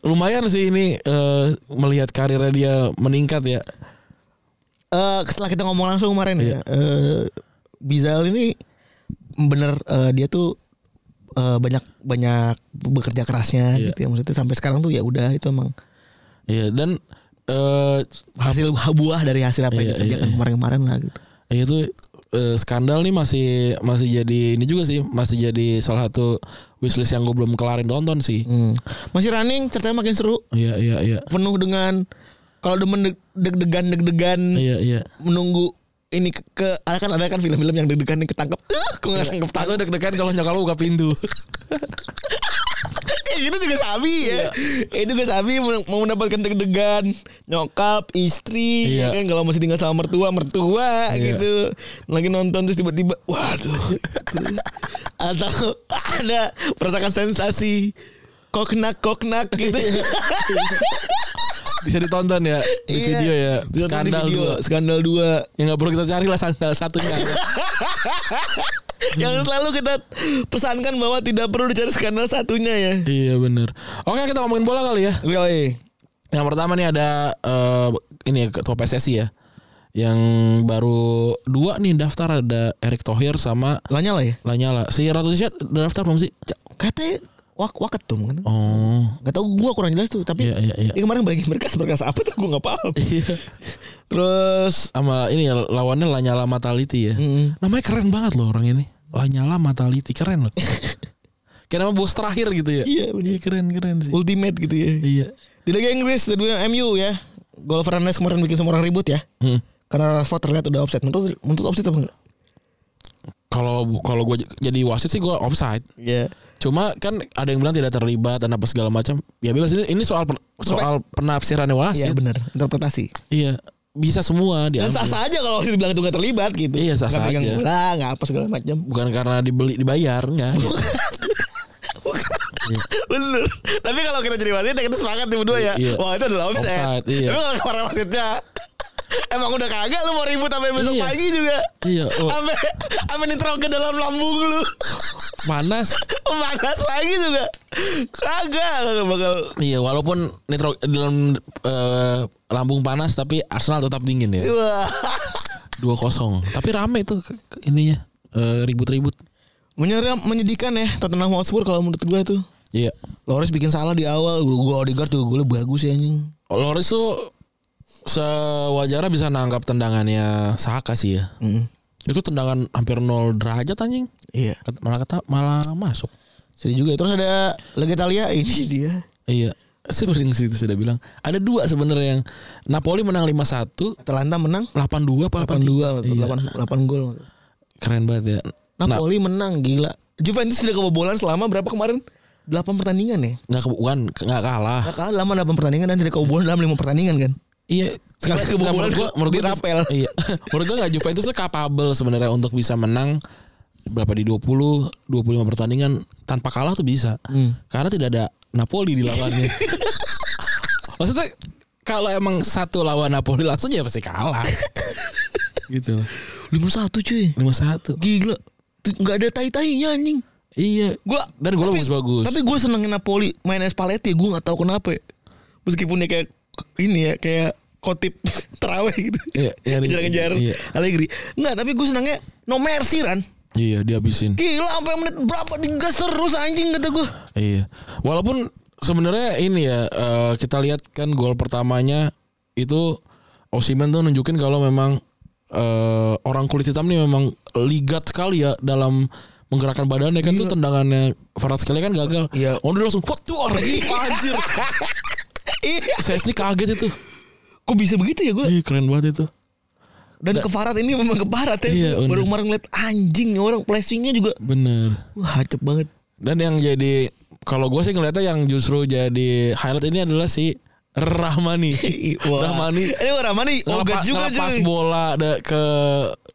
C: Lumayan sih ini eh, melihat karirnya dia meningkat ya.
B: Eh, setelah kita ngomong langsung kemarin
C: Iya.
B: ya. eh, Bizael ini bener eh, dia tuh eh, banyak banyak bekerja kerasnya
C: Iya.
B: gitu ya maksudnya sampai sekarang tuh ya udah itu emang
C: Iya dan eh
B: hasil buah dari hasil apa
C: Iya,
B: yang dikerjakan
C: iya, iya.
B: kemarin-kemarin lah gitu.
C: itu eh, skandal nih masih masih jadi ini juga sih masih jadi salah satu wishlist yang gue belum kelarin nonton sih.
B: Hmm. Masih running, ceritanya makin seru,
C: Iya iya iya.
B: penuh dengan kalau demen deg- deg-degan deg-degan
C: Iya iya.
B: menunggu ini ke, ke- ada kan ada kan film-film yang deg-degan yang ketangkep.
C: Iya.
B: Eh, kok nggak ketangkep
C: Atau deg-degan kalau nyokap lu buka pintu.
B: Ya, itu juga sabi
C: Iya.
B: ya. Itu juga sabi men- mau mendapatkan deg-degan nyokap, istri,
C: Iya.
B: ya kan kalau masih tinggal sama mertua, mertua
C: Iya.
B: gitu. Lagi nonton terus tiba-tiba waduh. Atau ada merasakan sensasi koknak koknak gitu.
C: Bisa ditonton ya Iya. di
B: Iya.
C: video ya.
B: Bisa nonton di
C: Skandal
B: video.
C: dua.
B: skandal dua
C: Ya nggak perlu kita cari lah skandal satunya. Hmm.
B: yang selalu kita pesankan bahwa tidak perlu dicari skandal satunya ya.
C: Iya bener Oke kita ngomongin bola kali ya
B: Yoi.
C: Yang pertama nih ada eh, Ini ya, ketua PSSI ya Yang baru Dua nih daftar Ada Erick Thohir sama
B: Lanyala ya?
C: Lanyala Si Ratu Tisha udah daftar belum sih?
B: Katanya wak waketum kan?
C: Oh
B: Gak tau gue kurang jelas tuh Tapi
C: Iya, iya, iya.
B: dia kemarin bagi berkas-berkas apa tuh gue gak paham
C: Iya
B: Terus
C: Sama ini ya Lawannya Lanyala Mataliti ya
B: Mm.
C: Namanya keren banget loh orang ini Lanyala Mataliti Keren loh Kayak nama bos terakhir gitu ya
B: Iya, bener.
C: keren keren sih
B: Ultimate gitu ya
C: Iya
B: Di Liga Inggris Dua-dua MU ya Gol Fernandes kemarin bikin semua orang ribut ya
C: Mm.
B: Karena Rashford terlihat udah offset Menurut, menurut offset apa enggak?
C: Kalau kalau gue jadi wasit sih gue offside
B: Iya
C: Cuma kan ada yang bilang tidak terlibat dan apa segala macam. Ya bebas ini, ini soal per- soal penafsirannya
B: Iya
C: wasit.
B: benar Interpretasi
C: Iya, bisa semua
B: Dan
C: diambil.
B: sah-sah aja kalau waktu dibilang itu gak terlibat gitu
C: Ya Iya, sah-sah
B: Nggak pegang
C: aja.
B: bola Gak apa segala macam
C: Bukan karena dibeli dibayar enggak.
B: Bener Tapi kalau kita jadi wasit ya Kita sepakat tim berdua ya
C: Iya.
B: Wah itu adalah offset,
C: Offside, iya.
B: Tapi kalau kemarin wasitnya Emang udah kagak Lu mau ribut sampai besok
C: Iya.
B: pagi juga
C: iya, oh,
B: Sampai sampai nitrogen dalam lambung lu.
C: panas.
B: Panas lagi juga. Kagak kagak bakal.
C: Iya, walaupun nitro dalam eh, lambung panas tapi Arsenal tetap dingin ya.
B: Wah.
C: 2-0. Tapi rame tuh ke- ke- ininya eh, ribut-ribut.
B: Menyeram menyedihkan ya Tottenham Hotspur kalau menurut gue tuh.
C: Iya.
B: Loris bikin salah di awal. Gue Odegaard juga golnya bagus ya anjing.
C: Loris tuh sewajarnya bisa nangkap tendangannya Saka sih ya.
B: Mm.
C: Itu tendangan hampir 0 derajat anjing.
B: Iya.
C: Ket- malah kata malah masuk
B: Sedih juga. Terus ada Liga Italia ini dia.
C: iya seperti yang situ sudah bilang ada dua sebenarnya yang Napoli menang 5-1
B: Atalanta menang
C: 8-2 apa
B: 8-2
C: 8-3? Iya,
B: 8 8 gol.
C: keren banget ya nah,
B: Napoli menang gila. Juventus tidak kebobolan selama berapa kemarin? 8 pertandingan ya.
C: nggak kebukan nggak kalah
B: Nah, kalah lama 8 pertandingan dan tidak kebobolan dalam 5 pertandingan kan.
C: iya
B: Sekali
C: nggak-
B: kebobolan
C: menurut gua- menurut gua-
B: dirapel.
C: iya menurut gua nggak Juventus tuh capable sebenarnya untuk bisa menang berapa di 20 25 pertandingan tanpa kalah tuh bisa.
B: Hmm.
C: Karena tidak ada Napoli di lawannya. Maksudnya kalau emang satu lawan Napoli langsung ya pasti kalah. gitu loh.
B: 51 cuy.
C: 51.
B: Gila. Tuh, Nggak ada tai-tainya anjing.
C: Iya.
B: Gua
C: Dan gue
B: tapi-
C: bagus-bagus.
B: Tapi gue senengin Napoli mainnya Spalletti, gue nggak tahu kenapa. Ya. Meskipun dia kayak ini ya, kayak kotip terawih gitu.
C: Iya, iya,
B: ngejar ngejar
C: iya.
B: Allegri. Enggak, tapi gue senangnya no mercy Ran.
C: iya, dihabisin.
B: Gila sampai menit berapa digas terus anjing kata gue.
C: Iya. Walaupun sebenarnya ini ya eh, kita lihat kan gol pertamanya itu Osimen tuh nunjukin kalau memang eh, orang kulit hitam nih memang ligat sekali ya dalam menggerakkan badannya kan tuh tendangannya Farad sekali kan gagal.
B: Iya.
C: Oh, dia langsung what tuh anjir.
B: Iya,
C: Saya sih kaget itu.
B: kok bisa begitu ya gue?
C: Ih, keren banget itu.
B: Dan keparat ini memang keparat ya.
C: Iya, bener.
B: Baru kemarin ngeliat anjing orang flashingnya juga.
C: Bener.
B: Wah, hacep banget.
C: Dan yang jadi kalau gue sih ngeliatnya yang justru jadi highlight ini adalah si Rahmani.
B: Wah.
C: Rahmani
B: Eh, Rahmani ogat
C: ngelepas,
B: juga
C: ngelepas
B: cuy.
C: bola ada ke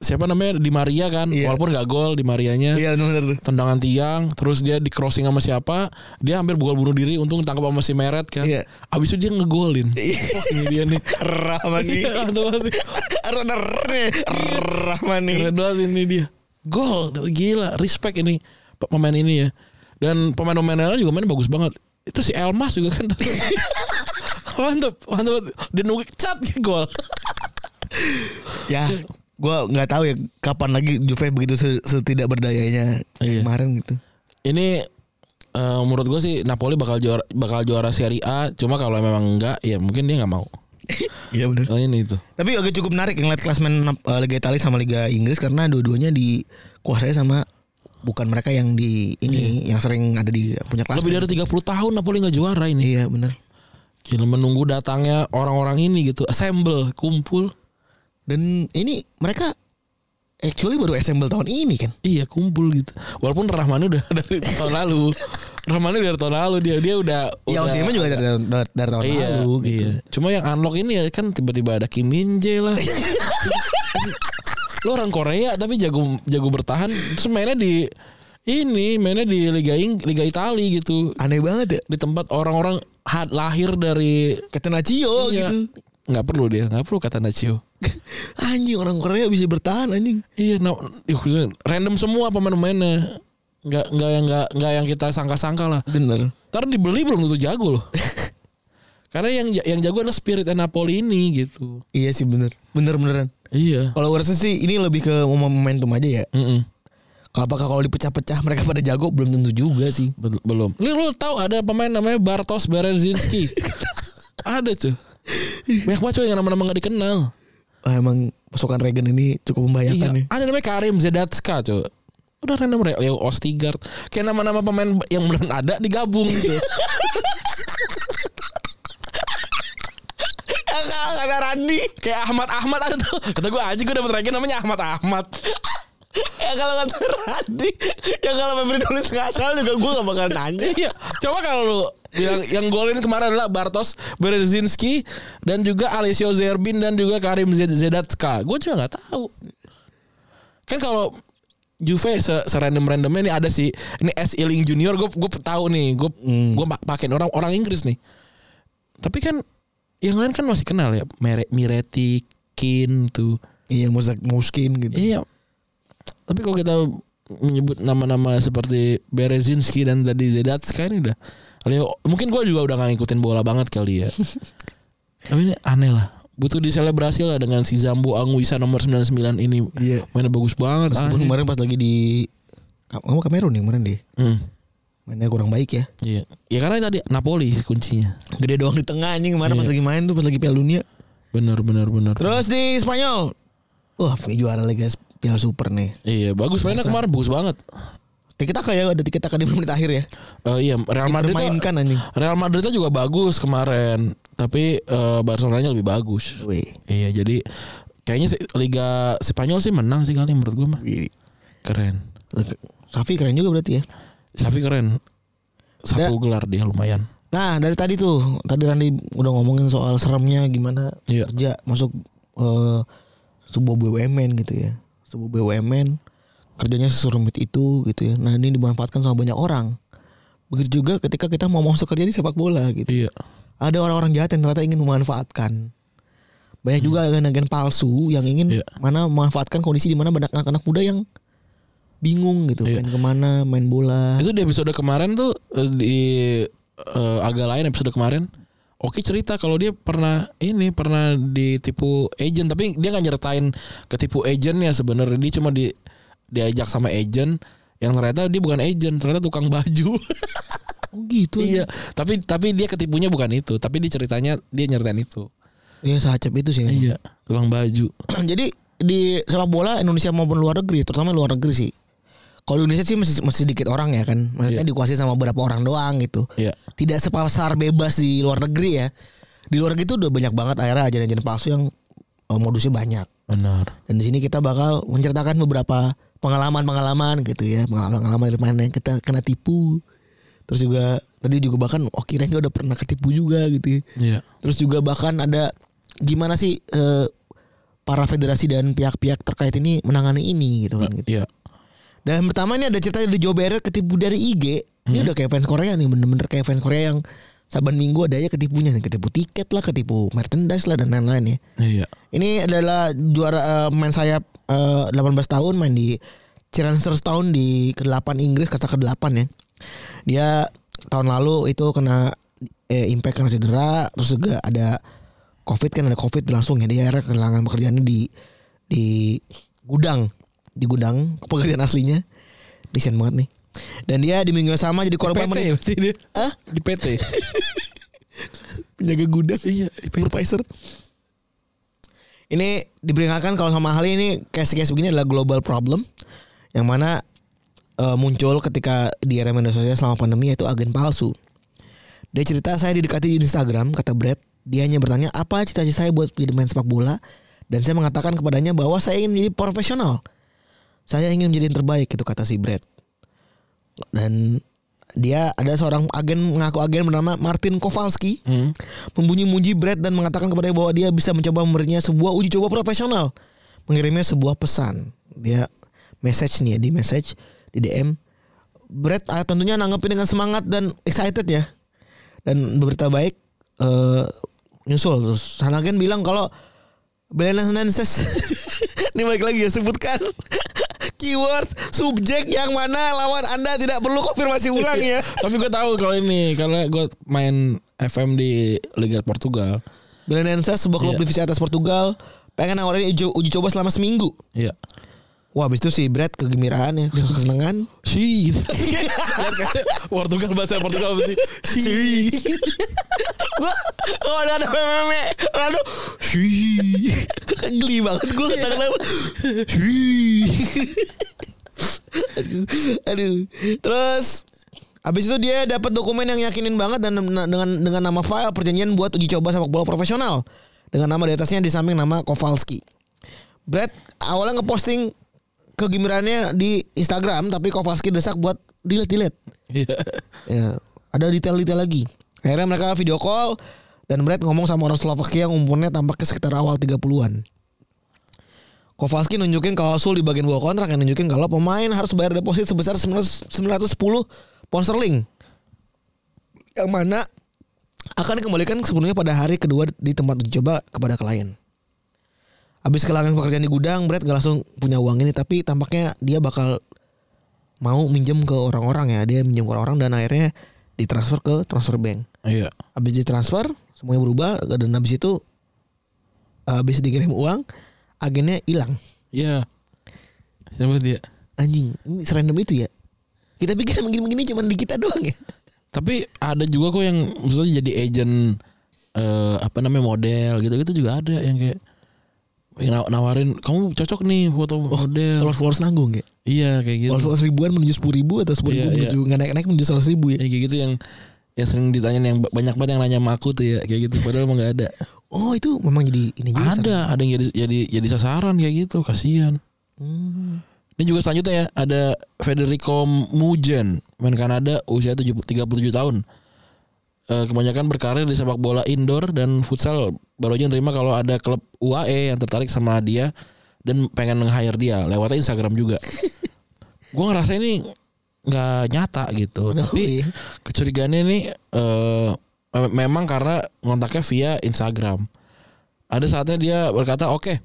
C: siapa namanya di Maria kan
B: Iya.
C: walaupun nggak gol di Marianya
B: Iya, bener tuh.
C: tendangan tiang terus dia di crossing sama siapa dia hampir bukan bunuh diri untung tangkap sama si Meret kan
B: Iya.
C: abis itu dia ngegolin Wah, ini dia nih
B: Rahmani.
C: Iya, mantap banget nih.
B: Harus ada R nih. Rahmani.
C: keren banget ini dia gol gila respect ini pe- pemain ini ya dan pemain-pemain lain juga main bagus banget itu si Elmas juga kan mantap mantap banget. dia nunggu cat gol
B: Ya, gua nggak tahu ya kapan lagi Juve begitu se- setidak berdayanya
C: Iya.
B: kayak kemarin gitu.
C: ini eh, menurut gue sih Napoli bakal juara bakal juara Serie A cuma kalau memang enggak ya mungkin dia nggak mau
B: Iya benar.
C: oh, ini itu
B: Tapi agak cukup menarik ngeliat klasmen nap- eh, Liga Italia sama Liga Inggris karena dua-duanya dikuasai sama bukan mereka yang di ini yang sering ada di punya kelas.
C: Iya. lebih dari 30 tahun Napoli nggak juara ini
B: Iya benar.
C: Gila, menunggu datangnya orang-orang ini gitu assemble kumpul
B: Dan ini mereka actually baru assemble tahun ini kan.
C: iya kumpul gitu walaupun Rahmani udah dari tahun lalu Rahmani dari tahun lalu dia dia udah
B: Ya
C: udah-
B: Osimhen juga dari, dari, dari tahun
C: iya,
B: lalu gitu.
C: iya. Cuma yang unlock ini ya kan tiba-tiba ada Kim Min Jae lah. Lo orang Korea tapi jago jago bertahan terus mainnya di ini mainnya di Liga Ing Liga Itali gitu.
B: Aneh banget ya.
C: Di tempat orang-orang had- lahir dari
B: Catenaccio
C: Iya.
B: gitu.
C: nggak perlu dia, nggak perlu kata Nacio.
B: anjing orang Korea bisa bertahan anjing.
C: Iya, no, ih, khususnya random semua pemain-pemainnya. Nggak nggak yang nggak nggak yang kita sangka-sangka lah.
B: Bener.
C: Ntar dibeli belum tentu jago loh. Karena yang yang jago adalah spirit Napoli ini gitu.
B: Iya sih bener. Bener beneran.
C: Iya.
B: Kalau gue rasa sih ini lebih ke mom- momentum aja ya.
C: Mm-mm.
B: Kalau apakah kalau dipecah-pecah mereka pada jago belum tentu juga sih.
C: Bel- belum. Lu, lu tahu ada pemain namanya Bartosz Berezinski. ada tuh. Banyak banget cuy yang nama-nama gak dikenal.
B: Ah, emang pasukan Regen ini cukup membahayakan
C: Iya.
B: nih.
C: Ada namanya Karim Zedatska cuy. Udah random re- Leo Ostigard. Kayak nama-nama pemain yang beneran ada digabung gitu.
B: Kata Randi.
C: Kayak Ahmad Ahmad ada tuh. Kata gue aja gue dapet regen namanya Ahmad Ahmad.
B: Ya kalau kata Randi. Ya kalau memberi nulis nggak salah juga gue gak bakal nanya.
C: iya. Coba kalau lu yang yang golin kemarin adalah Bartosz Berezinski dan juga Alessio Zerbin dan juga Karim Zed- Zedatska. Gue juga nggak tahu. Kan kalau Juve se serandom randomnya ini ada sih ini S Iling Junior gue gue tahu nih gue gue pakein orang orang Inggris nih tapi kan yang lain kan masih kenal ya Mere, Miretti Kin tuh
B: Iya musak muskin gitu.
C: Iya. Tapi kalau kita menyebut nama-nama seperti Berezinski dan tadi Zedatska ini udah Leo, mungkin gue juga udah gak ngikutin bola banget kali ya. Tapi ini aneh lah. Butuh diselebrasi lah dengan si Zambo Anguissa nomor 99 ini.
B: Iya.
C: Mainnya bagus banget. Ah,
B: Meskipun
C: aneh.
B: kemarin pas lagi di kamu Kamerun nih kemarin deh.
C: Hmm,
B: Mainnya kurang baik ya.
C: Iya. Ya karena tadi Napoli kuncinya.
B: Gede doang di tengah anjing kemarin pas lagi main tuh pas lagi Piala Dunia.
C: Benar benar benar.
B: Terus di Spanyol. Wah, juara Liga Piala Super nih.
C: Iya, bagus mainnya kemarin bagus banget.
B: Tiki Taka ya ada tiki Taka di menit akhir ya.
C: Eh, iya, Real Madrid tuh-
B: Dipermainkan anjing.
C: Real Madrid tuh juga bagus kemarin, tapi eh, Barcelonanya lebih bagus.
B: Wih.
C: Iya jadi kayaknya sih Liga Spanyol sih menang sih kali menurut gue mah.
B: Wih.
C: Keren.
B: Safi keren juga berarti ya.
C: Tapi keren. Satu gelar dia lumayan.
B: Nah dari tadi tuh tadi Randi udah ngomongin soal seremnya gimana
C: Iya.
B: kerja masuk eh, sebuah BUMN gitu ya. Sebuah BUMN kerjanya serumit itu gitu ya. Nah ini dimanfaatkan sama banyak orang. Begitu juga ketika kita mau masuk kerja di sepak bola gitu.
C: Iya.
B: Ada orang-orang jahat yang ternyata ingin memanfaatkan. Banyak juga agen-agen palsu yang ingin
C: Hmm. Iya.
B: mana memanfaatkan kondisi di mana banyak anak-anak muda yang bingung gitu.
C: Iya.
B: Main kemana, main bola.
C: Itu di episode kemarin tuh eh, di eh, agak lain episode kemarin. Oki cerita kalau dia pernah ini pernah ditipu agent tapi dia nggak nyertain ketipu agentnya sebenarnya dia cuma di diajak sama agent yang ternyata dia bukan agent ternyata tukang baju
B: Oh gitu
C: iya tapi tapi dia ketipunya bukan itu tapi dia ceritanya dia nyertain itu
B: Iya sahacap itu sih.
C: iya tukang baju
B: Jadi di sepak bola Indonesia maupun luar negeri, terutama luar negeri sih. Kalau Indonesia sih masih masih sedikit orang ya kan. Maksudnya dikuasai sama beberapa orang doang gitu.
C: Iya.
B: Tidak sepasar bebas di luar negeri ya. Di luar negeri itu udah banyak banget akhirnya ajaran-ajaran palsu yang eh, modusnya banyak.
C: benar
B: Dan di sini kita bakal menceritakan beberapa pengalaman-pengalaman gitu ya, pengalaman-pengalaman dari mana yang kita kena tipu. Terus juga tadi juga bahkan Oki Rengga udah pernah ketipu juga gitu. ya.
C: iya
B: Terus juga bahkan ada gimana sih eh, para federasi dan pihak-pihak terkait ini menangani ini gitu kan gitu.
C: iya
B: Dan yang pertama ini ada cerita dari Joe Barrett ketipu dari IG. Ini udah kayak fans Korea nih, bener-bener kayak fans Korea yang saban minggu ada aja ketipunya nih, ketipu tiket lah, ketipu merchandise lah dan lain-lain ya.
C: iya
B: Ini adalah juara eh, main sayap eh, 18 tahun main di Chelsea tahun di ke-8 Inggris kasta ke-8 ya. Dia tahun lalu itu kena eh, impact karena cedera terus juga ada Covid kan ada Covid langsung ya dia akhirnya kehilangan pekerjaannya di di gudang di gudang pekerjaan aslinya. Desain banget nih. Dan dia di minggu yang sama jadi korban
C: PT
B: men-
C: berarti dia
B: Hah?
C: di PT
B: penjaga gudang.
C: iya di PT.
B: supervisor. Ini diberikan kalau sama hal ini case-case begini adalah global problem yang mana eh, muncul ketika di era media sosial selama pandemi yaitu agen palsu. Dia cerita saya didekati di Instagram kata Brad. Dia hanya bertanya apa cita-cita saya buat jadi main sepak bola dan saya mengatakan kepadanya bahwa saya ingin menjadi profesional. Saya ingin menjadi yang terbaik itu kata si Brad. Dan dia ada seorang agen mengaku agen bernama Martin Kowalski
C: Hmm.
B: memuji-muji Brad dan mengatakan kepadanya bahwa dia bisa mencoba memberinya sebuah uji coba profesional. Mengirimnya sebuah pesan. Dia message nih ya, di message di DM. Brad ah, tentunya nanggepin dengan semangat dan excited ya. Dan berita baik eh, nyusul terus. Sanagen bilang kalau Belen Hernandez ini balik lagi ya sebutkan keyword subjek yang mana lawan Anda tidak perlu konfirmasi ulang ya.
C: Tapi gue tahu kalau ini karena gue main FM di Liga Portugal.
B: Belenenses sebuah klub
C: Iya.
B: divisi atas Portugal pengen nawarin uji, uji coba selama seminggu.
C: Iya.
B: Wah, habis itu si Brad kegembiraan ya, kesenangan.
C: Si gitu. Lihat kaca Portugal bahasa Portugal apa sih? Si.
B: Gua oh ada ada meme, aduh. Hi. Geli banget gue kata kenapa. Hi. aduh, aduh. Terus Abis itu dia dapat dokumen yang yakinin banget dan dengan dengan nama file perjanjian buat uji coba sepak bola profesional dengan nama di atasnya di samping nama Kowalski. Brad awalnya ngeposting kegembiraannya di Instagram tapi Kowalski desak buat delete delete.
C: Iya.
B: ya ada detail-detail lagi akhirnya mereka video call dan Brad ngomong sama orang Slovakia yang umurnya tampaknya sekitar awal 30-an Kowalski nunjukin klausul di bagian bawah kontrak yang nunjukin kalau pemain harus bayar deposit sebesar 900 910 pound sterling yang mana akan dikembalikan sepenuhnya pada hari kedua di tempat uji coba kepada klien. Habis kehilangan pekerjaan di gudang, Brad gak langsung punya uang ini tapi tampaknya dia bakal mau minjem ke orang-orang ya dia minjem ke orang-orang dan akhirnya ditransfer ke transfer bank
C: Iya.
B: habis ditransfer semuanya berubah dan habis itu habis dikirim uang agennya hilang
C: Iya. Siapa dia?
B: anjing ini serandom itu ya kita pikir begini-begini cuma di kita doang ya
C: Tapi ada juga kok yang misalnya jadi agent eh, apa namanya model gitu-gitu juga ada yang kayak yang naw- nawarin kamu cocok nih foto model.
B: kalau followers nanggung ya
C: Iya kayak gitu.
B: followers followers ribuan menuju sepuluh ribu atau sepuluh ribu
C: Iya,
B: menuju nggak naik-naik menuju seratus ribu ya
C: Ya, kayak gitu yang yang sering ditanyain yang ba- banyak banget yang nanya sama aku tuh ya kayak gitu padahal emang gak ada.
B: oh itu memang jadi ini juga
C: ada ada yang jadi jadi jadi sasaran kayak gitu kasihan
B: Hmm,
C: ini juga selanjutnya ya ada Federico Mugen main Kanada usia 7 37 tahun Eh, kebanyakan berkarir di sepak bola indoor dan futsal baru aja nerima kalau ada klub E UAE yang tertarik sama dia dan pengen nge-hire dia lewat Instagram juga gue ngerasa ini nggak nyata
B: No
C: gitu
B: way.
C: tapi kecurigaannya ini eh, mem- memang karena ngontaknya via Instagram ada saatnya dia berkata oke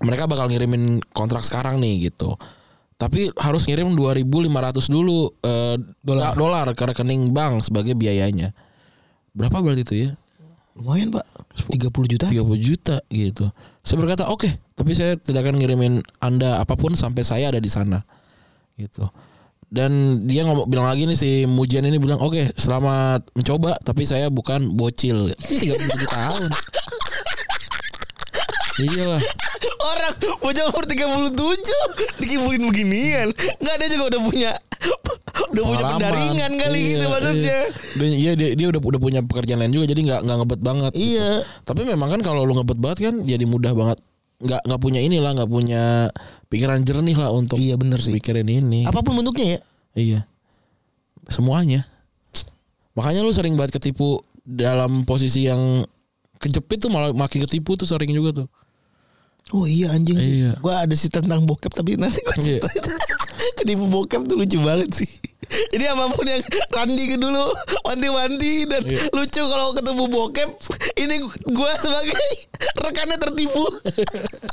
C: mereka bakal ngirimin kontrak sekarang nih gitu tapi harus ngirim 2.500 dulu eh,
B: Dolar.
C: da- dolar ke rekening bank sebagai biayanya berapa berarti itu ya
B: Lumayan pak 30 juta
C: 30 juta gitu. Saya berkata, "Oke, tapi saya tidak akan ngirimin Anda apapun sampai saya ada di sana." Gitu. Dan dia ngomong bilang lagi nih si Mujian ini bilang, "Oke, selamat mencoba, tapi saya bukan bocil." 37 tahun. Iyalah.
B: Orang punya umur 37 Dikibulin beginian Enggak dia juga udah punya Udah punya
C: pengalaman.
B: pendaringan kali
C: Iya,
B: gitu
C: iya.
B: maksudnya
C: Dan Iya, dia, dia udah udah punya pekerjaan lain juga jadi nggak nggak ngebet banget. gitu.
B: Iya
C: Tapi memang kan kalau lu ngebet banget kan jadi mudah banget nggak nggak punya inilah nggak punya pikiran jernih lah untuk
B: Iya bener sih
C: pikirin ini.
B: Apapun bentuknya ya
C: Iya. Semuanya. Makanya lu sering banget ketipu dalam posisi yang kejepit tuh malah makin ketipu tuh sering juga tuh.
B: Oh iya anjing sih
C: Iya.
B: Gue ada sih tentang bokep Tapi nanti gue
C: Iya.
B: Ketipu bokep tuh lucu banget sih Jadi apapun yang Randi ke dulu Wanti-wanti Dan
C: Iya.
B: lucu kalau ketemu bokep Ini gue sebagai Rekannya tertipu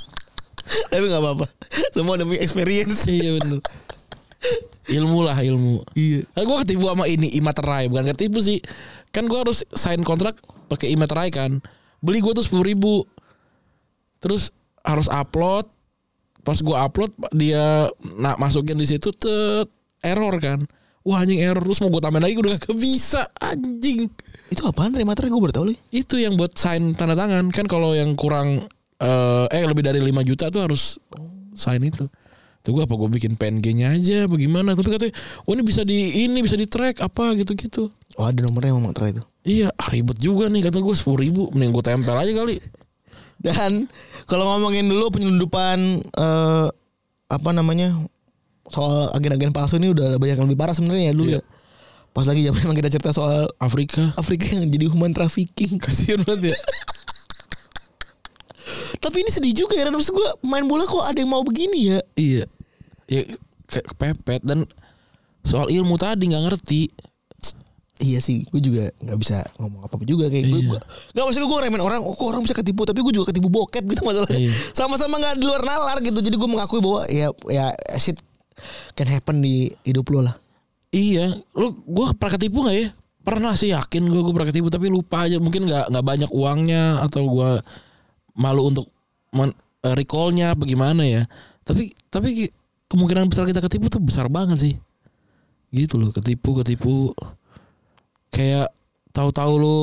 B: Tapi gak apa-apa Semua demi experience
C: iya benar. Ilmu lah ilmu.
B: Iya
C: Nah, gue ketipu sama ini imaterai bukan ketipu sih. Kan gue harus sign kontrak pakai imaterai kan. Beli gue tuh sepuluh ribu. Terus harus upload. Pas gue upload dia nak masukin di situ tet error kan. Wah anjing error terus mau gue tambahin lagi udah gak bisa anjing.
B: Itu apaan remater gue baru tau nih
C: Itu yang buat sign tanda tangan kan kalau yang kurang eh, eh lebih dari 5 juta tuh harus sign itu. Tuh gua apa gue bikin PNG-nya aja bagaimana tapi katanya oh ini bisa di ini bisa di track apa gitu-gitu.
B: Oh ada nomornya emang materai itu
C: Iya ah, ribet juga nih kata gue sepuluh ribu mending gue tempel aja kali.
B: Dan kalau ngomongin dulu penyelundupan eh, apa namanya soal agen-agen palsu ini udah banyak yang lebih parah sebenarnya ya dulu
C: Iya.
B: ya. Pas lagi zaman kita cerita soal
C: Afrika
B: Afrika yang jadi human trafficking.
C: kasihan banget ya.
B: Tapi ini sedih juga ya. Dan maksud gue main bola kok ada yang mau begini ya.
C: Iya. Ya kayak kepepet dan soal ilmu tadi nggak ngerti.
B: Iya sih, gue juga nggak bisa ngomong apa-apa juga kayak gue.
C: Iya.
B: gua- Nggak maksud gue remen orang, oh kok orang bisa ketipu, tapi gue juga ketipu bokep gitu masalahnya.
C: Iya.
B: Sama-sama nggak di luar nalar gitu. Jadi gue mengakui bahwa ya ya shit can happen di hidup lo lah.
C: Iya, lu gua pernah ketipu nggak ya? Pernah sih yakin gua gua pernah ketipu tapi lupa aja mungkin nggak nggak banyak uangnya atau gua malu untuk men, eh, recallnya apa gimana ya. Tapi tapi kemungkinan besar kita ketipu tuh besar banget sih. Gitu loh, ketipu ketipu kayak tahu-tahu lu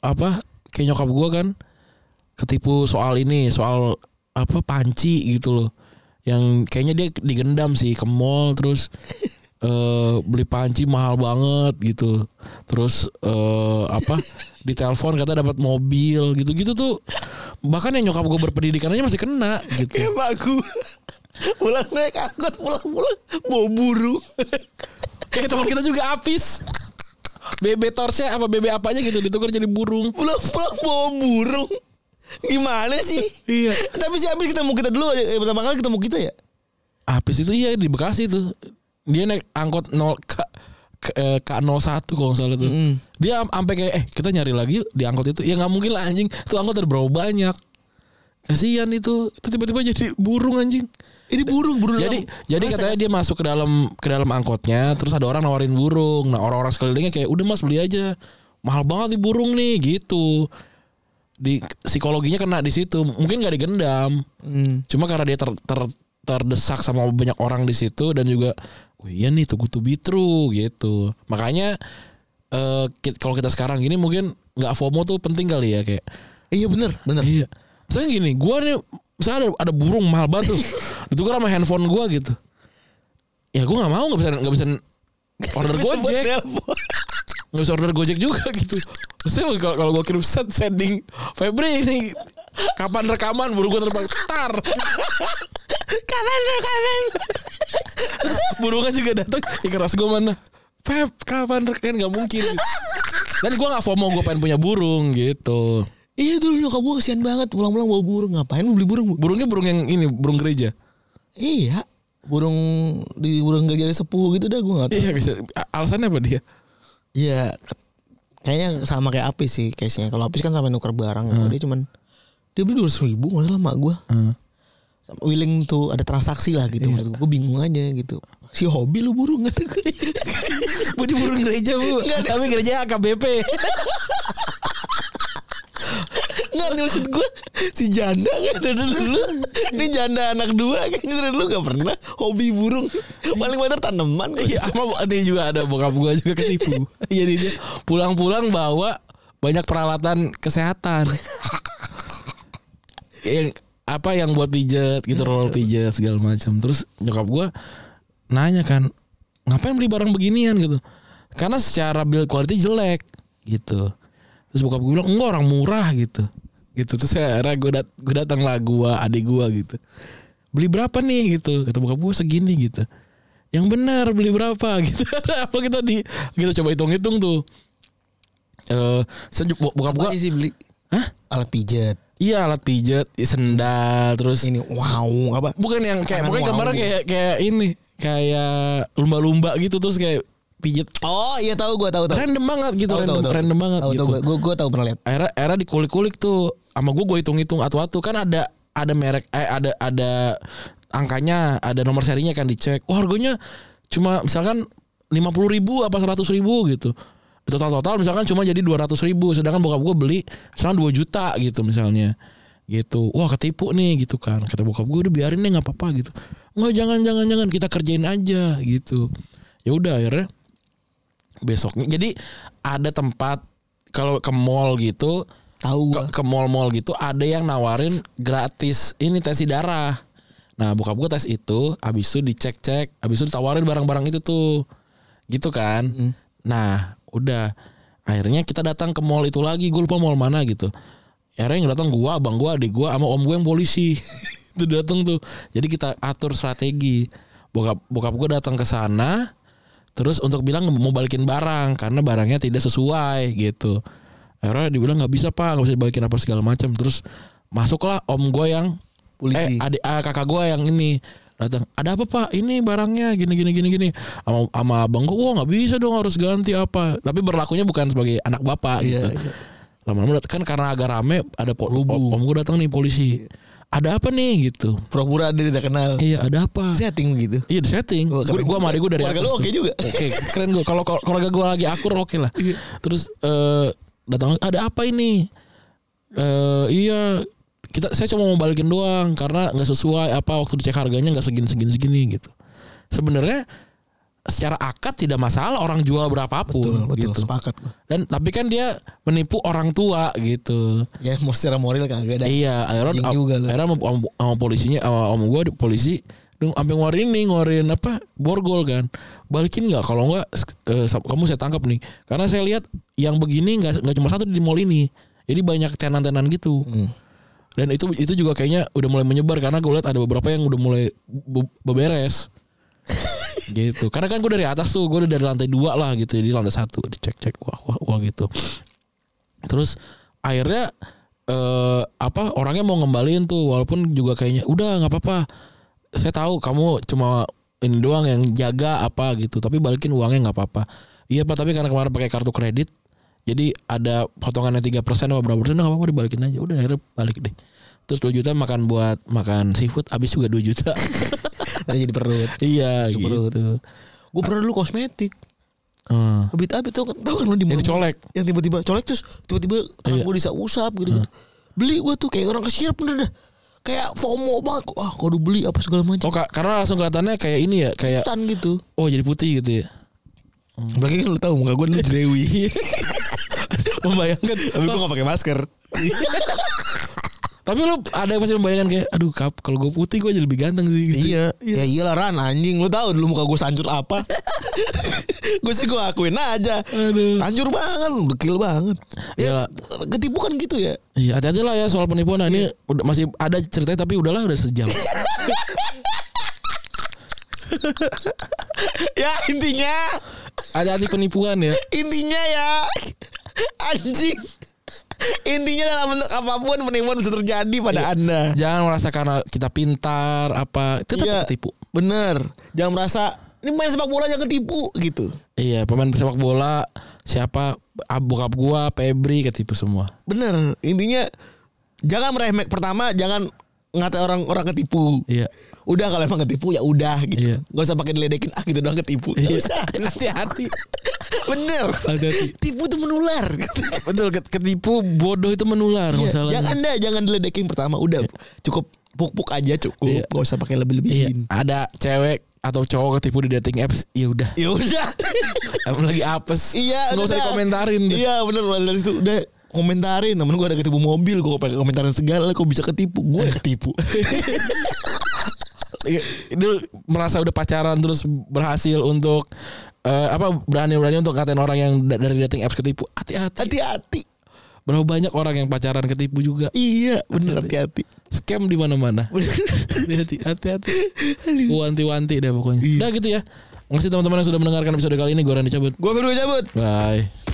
C: apa kayak nyokap gua kan ketipu soal ini soal apa panci gitu loh yang kayaknya dia digendam sih ke mall terus eh beli panci mahal banget gitu terus eh apa ditelepon kata dapat mobil gitu-gitu tuh bahkan yang nyokap gue berpendidikan aja masih kena gitu
B: Kayak Iya, aku pulang naik angkot pulang-pulang bau burung.
C: kayak teman kita juga apis BB torsnya apa BB apanya gitu ditukar jadi burung
B: Pulang-pulang bau burung. Gimana sih?
C: Iya.
B: Tapi si Abis ketemu kita dulu aja. Eh, pertama kali ketemu kita ya.
C: Habis itu iya di Bekasi tuh. Dia naik angkot 0 K K- eh, K01 kalau nggak salah tuh. Dia am- sampai kayak eh kita nyari lagi yuk di angkot itu. Ya nggak mungkin lah anjing. Tuh angkot ada berapa banyak. Kasihan itu. Itu tiba-tiba jadi burung anjing.
B: Ini burung, burung.
C: Jadi
B: dalam-
C: jadi
B: Masa
C: katanya dia masuk ke dalam ke dalam angkotnya terus ada orang nawarin burung. Nah, orang-orang sekelilingnya kayak udah Mas beli aja. Mahal banget nih burung nih gitu. Di psikologinya kena di situ. Mungkin gak digendam.
B: Hmm.
C: Cuma karena dia ter, ter- terdesak sama banyak orang di situ dan juga oh iya nih tuh to be true gitu. Makanya eh ki- kalau kita sekarang gini mungkin nggak FOMO tuh penting kali ya kayak
B: Iya bener, bener.
C: Iya. Misalnya gini, gua nih misalnya ada, ada burung mahal banget tuh. ditukar sama handphone gua gitu. Ya gua nggak mau nggak bisa nggak bisa order
B: Tapi sempet
C: Gojek,
B: nelpon.
C: nggak bisa order Gojek juga gitu. Maksudnya kalau kalau gua kirim set sending Febri ini kapan rekaman burung gua terbang tar. kapan rekaman? Burungnya juga datang, ya keras gua mana? Feb, kapan rekaman nggak mungkin. Gitu. Dan gua nggak FOMO gua pengen punya burung gitu.
B: Iya dulu nyokap gue kesian banget. Pulang-pulang bawa burung. Ngapain lu beli burung? Bu?
C: Burungnya burung yang ini, burung gereja.
B: Iya. burung di burung gak jadi sepuh gitu dah gue nggak tahu.
C: Iya, bisa- a- alasannya apa dia?
B: Iya, ke- kayaknya sama kayak Apis sih case-nya. Kalau Apis kan sampai nuker barang, kalau dia cuman dia beli dua ribu nggak salah mak gue.
C: Heeh.
B: Willing tuh ada transaksi lah gitu. Maksud gue, gue bingung aja gitu. Si hobi lu burung kata gue.
C: Bu di burung gereja Ya, bu, tapi gereja KBP.
B: Nggak nih maksud gue si janda kan dari dulu. Ini janda anak dua kayaknya dari dulu gak pernah hobi burung. Paling banter tanaman.
C: Iya, sama dia juga ada bokap gua juga ketipu. Jadi Iya, dia pulang-pulang bawa banyak peralatan kesehatan. yang apa yang buat pijet gitu, roll pijet segala macam. Terus nyokap gua nanya kan, ngapain beli barang beginian gitu? Karena secara build quality jelek gitu. Terus bokap gue bilang, enggak orang murah gitu. Gitu. Terus akhirnya gue dat gua datang lah gue, adik gue gitu. Beli berapa nih gitu. Kata bokap gue segini gitu. Yang benar beli berapa gitu. Apa kita di kita coba hitung-hitung tuh. Eh, sejuk bokap gue.
B: sih beli
C: Hah?
B: alat pijat.
C: Iya alat pijat, sendal, terus
B: Ini wow apa?
C: bukan yang kayak
B: Tangan
C: pokoknya
B: wow
C: gambarnya
B: gitu.
C: kayak kayak ini kayak lumba-lumba gitu terus kayak pijet
B: Oh iya tahu gue tahu tahu.
C: random banget gitu
B: Tahu,
C: random,
B: tahu, tahu.
C: random banget
B: Tahu
C: gitu
B: tahu gue gue tahu pernah lihat.
C: era era dikulik-kulik tuh sama gue gue hitung-hitung atu-atu kan ada ada merek eh ada ada angkanya ada nomor serinya kan dicek wah harganya cuma misalkan lima puluh ribu apa seratus ribu gitu total total misalkan cuma jadi dua ratus ribu sedangkan bokap gue beli misalkan 2 juta gitu misalnya gitu wah ketipu nih gitu kan kata bokap gue udah biarin deh nggak apa-apa gitu nggak jangan jangan jangan kita kerjain aja gitu ya udah akhirnya besoknya jadi ada tempat kalau ke mall gitu
B: Tahu
C: ke,
B: gue.
C: ke mall-mall gitu ada yang nawarin gratis ini tes darah nah bokap gue tes itu abis itu dicek-cek abis itu ditawarin barang-barang itu tuh gitu kan nah udah akhirnya kita datang ke mall itu lagi gue lupa mall mana gitu akhirnya yang datang gua abang gua adik gua sama om gue yang polisi itu datang tuh jadi kita atur strategi bokap bokap gue datang ke sana terus untuk bilang mau balikin barang karena barangnya tidak sesuai gitu akhirnya dibilang nggak bisa pak nggak bisa balikin apa segala macam terus masuklah om gue yang
B: Polisi.
C: eh, adik ah, kakak gue yang ini datang ada apa pak ini barangnya gini gini gini gini sama sama abang gue wah nggak bisa dong harus ganti apa tapi berlakunya bukan sebagai anak bapak
B: Iya,
C: gitu lama-lama dat- kan karena agak rame ada po- om gue datang nih polisi
B: Iya.
C: ada apa nih gitu
B: Pura-pura dia tidak kenal.
C: iya ada apa
B: Setting begitu.
C: Iya di setting.
B: Wah,
C: Gue
B: keren
C: gue sama adik gue dari
B: Keluarga
C: atas
B: Oh, lu
C: tuh.
B: oke juga.
C: Oke keren gue. Kalau kalau keluarga gue lagi akur oke lah.
B: Iya.
C: Terus eh datang ada apa ini? Eh iya kita saya cuma mau balikin doang karena nggak sesuai apa waktu dicek harganya nggak segini segini segini gitu. Sebenarnya secara akad tidak masalah orang jual berapapun
B: Betul, betul.
C: gitu.
B: Sepakat gue.
C: Dan tapi kan dia menipu orang tua gitu.
B: Ya mau secara moral kagak ada.
C: Iya, akhirnya
B: Anjing
C: am-
B: juga lu.
C: akhirnya sama, sama- sama polisinya sama, sama gue polisi dong sampai ngeluarin nih ngeluarin apa borgol kan balikin nggak kalau nggak eh, sam- kamu saya tangkap nih karena saya lihat yang begini nggak nggak cuma satu di mall ini jadi banyak tenan-tenan gitu
B: Hmm.
C: dan itu itu juga kayaknya udah mulai menyebar karena gue lihat ada beberapa yang udah mulai be- beberes gitu karena kan gue dari atas tuh gue udah dari lantai dua lah gitu jadi lantai satu dicek cek wah wah wah gitu terus akhirnya eh, apa orangnya mau ngembaliin tuh walaupun juga kayaknya udah nggak apa-apa saya tahu kamu cuma ini doang yang jaga apa gitu tapi balikin uangnya nggak apa-apa iya pak tapi karena kemarin pakai kartu kredit jadi ada potongannya 3% atau berapa persen nggak apa-apa dibalikin aja udah akhirnya balik deh terus 2 juta makan buat makan seafood habis juga 2 juta
B: Tadi jadi perut.
C: iya
B: Perut.
C: gitu
B: Gue pernah dulu kosmetik.
C: Hmm.
B: Habis habis tau kan tau kan lu di mall-
C: Yang dicolek.
B: Yang tiba-tiba colek terus tiba-tiba tangan gue bisa usap gitu. Beli gue tuh kayak orang kesirap bener dah. Kayak FOMO banget. Wah, kalau udah beli apa segala macam.
C: oh ka- karena langsung kelihatannya kayak ini ya kayak
B: Instan gitu.
C: oh jadi putih gitu ya
B: Apalagi kan lu tahu muka gue dulu jerewi.
C: membayangkan
B: Tapi gue gak pakai masker. Iya.
C: Tapi lu ada yang pasti membayangkan kayak aduh kap kalau gue putih gue jadi lebih ganteng sih gitu.
B: Iya, ya iyalah Ran anjing lu tahu dulu muka gue sancur apa. gue sih gue akuin aja.
C: Aduh.
B: Hancur banget, dekil banget.
C: Iyalah.
B: Ya, ketipu kan gitu ya.
C: Iya, hati-hati lah ya soal penipuan. Nah,
B: Iya.
C: ini udah masih ada ceritanya tapi udahlah udah sejam.
B: Ya intinya,
C: hati-hati penipuan ya.
B: intinya ya anjing. Intinya dalam bentuk apapun penipuan bisa terjadi pada Anda.
C: Jangan merasa karena kita pintar apa kita
B: Iya.
C: tetap ketipu.
B: Bener. Jangan merasa ini main sepak bola jangan ketipu gitu.
C: Iya, pemain sepak bola siapa ab- bokap gua, Febri ketipu semua.
B: Bener. Intinya jangan meremeh pertama jangan ngatain orang orang ketipu.
C: Iya.
B: Udah kalau emang ketipu ya udah gitu.
C: Iya.
B: Gak usah pakai diledekin ah gitu doang ketipu. Gak
C: Iya.
B: usah.
C: Hati-hati.
B: Bener.
C: Hati-hati.
B: Tipu tuh menular.
C: Betul, ket- ketipu bodoh itu menular
B: Iya,
C: masalahnya.
B: jangan dah jangan diledekin pertama udah cukup puk-puk aja cukup
C: Iya.
B: gak usah pakai
C: Iya,
B: lebih-lebihin
C: ada cewek atau cowok ketipu di dating apps, ya udah.
B: ya udah
C: Emang lagi apes.
B: Iya,
C: Nggak usah
B: udah.
C: dikomentarin.
B: Iya bener lah dari situ udah komentarin temen gue ada ketipu mobil gue pengen komentarin segala kok bisa ketipu gue ketipu
C: Iya, Dulu merasa udah pacaran terus berhasil untuk eh, apa berani-berani untuk ngatain orang yang da- dari dating apps ketipu. Hati-hati.
B: hati-hati
C: Berapa banyak orang yang pacaran ketipu juga.
B: iya bener hati-hati
C: Scam di mana-mana. Hati-hati, hati-hati. Wanti-wanti deh pokoknya. Udah gitu ya. Makasih teman-teman yang sudah mendengarkan episode kali ini. Gue Randy cabut.
B: gue perlu cabut
C: Bye.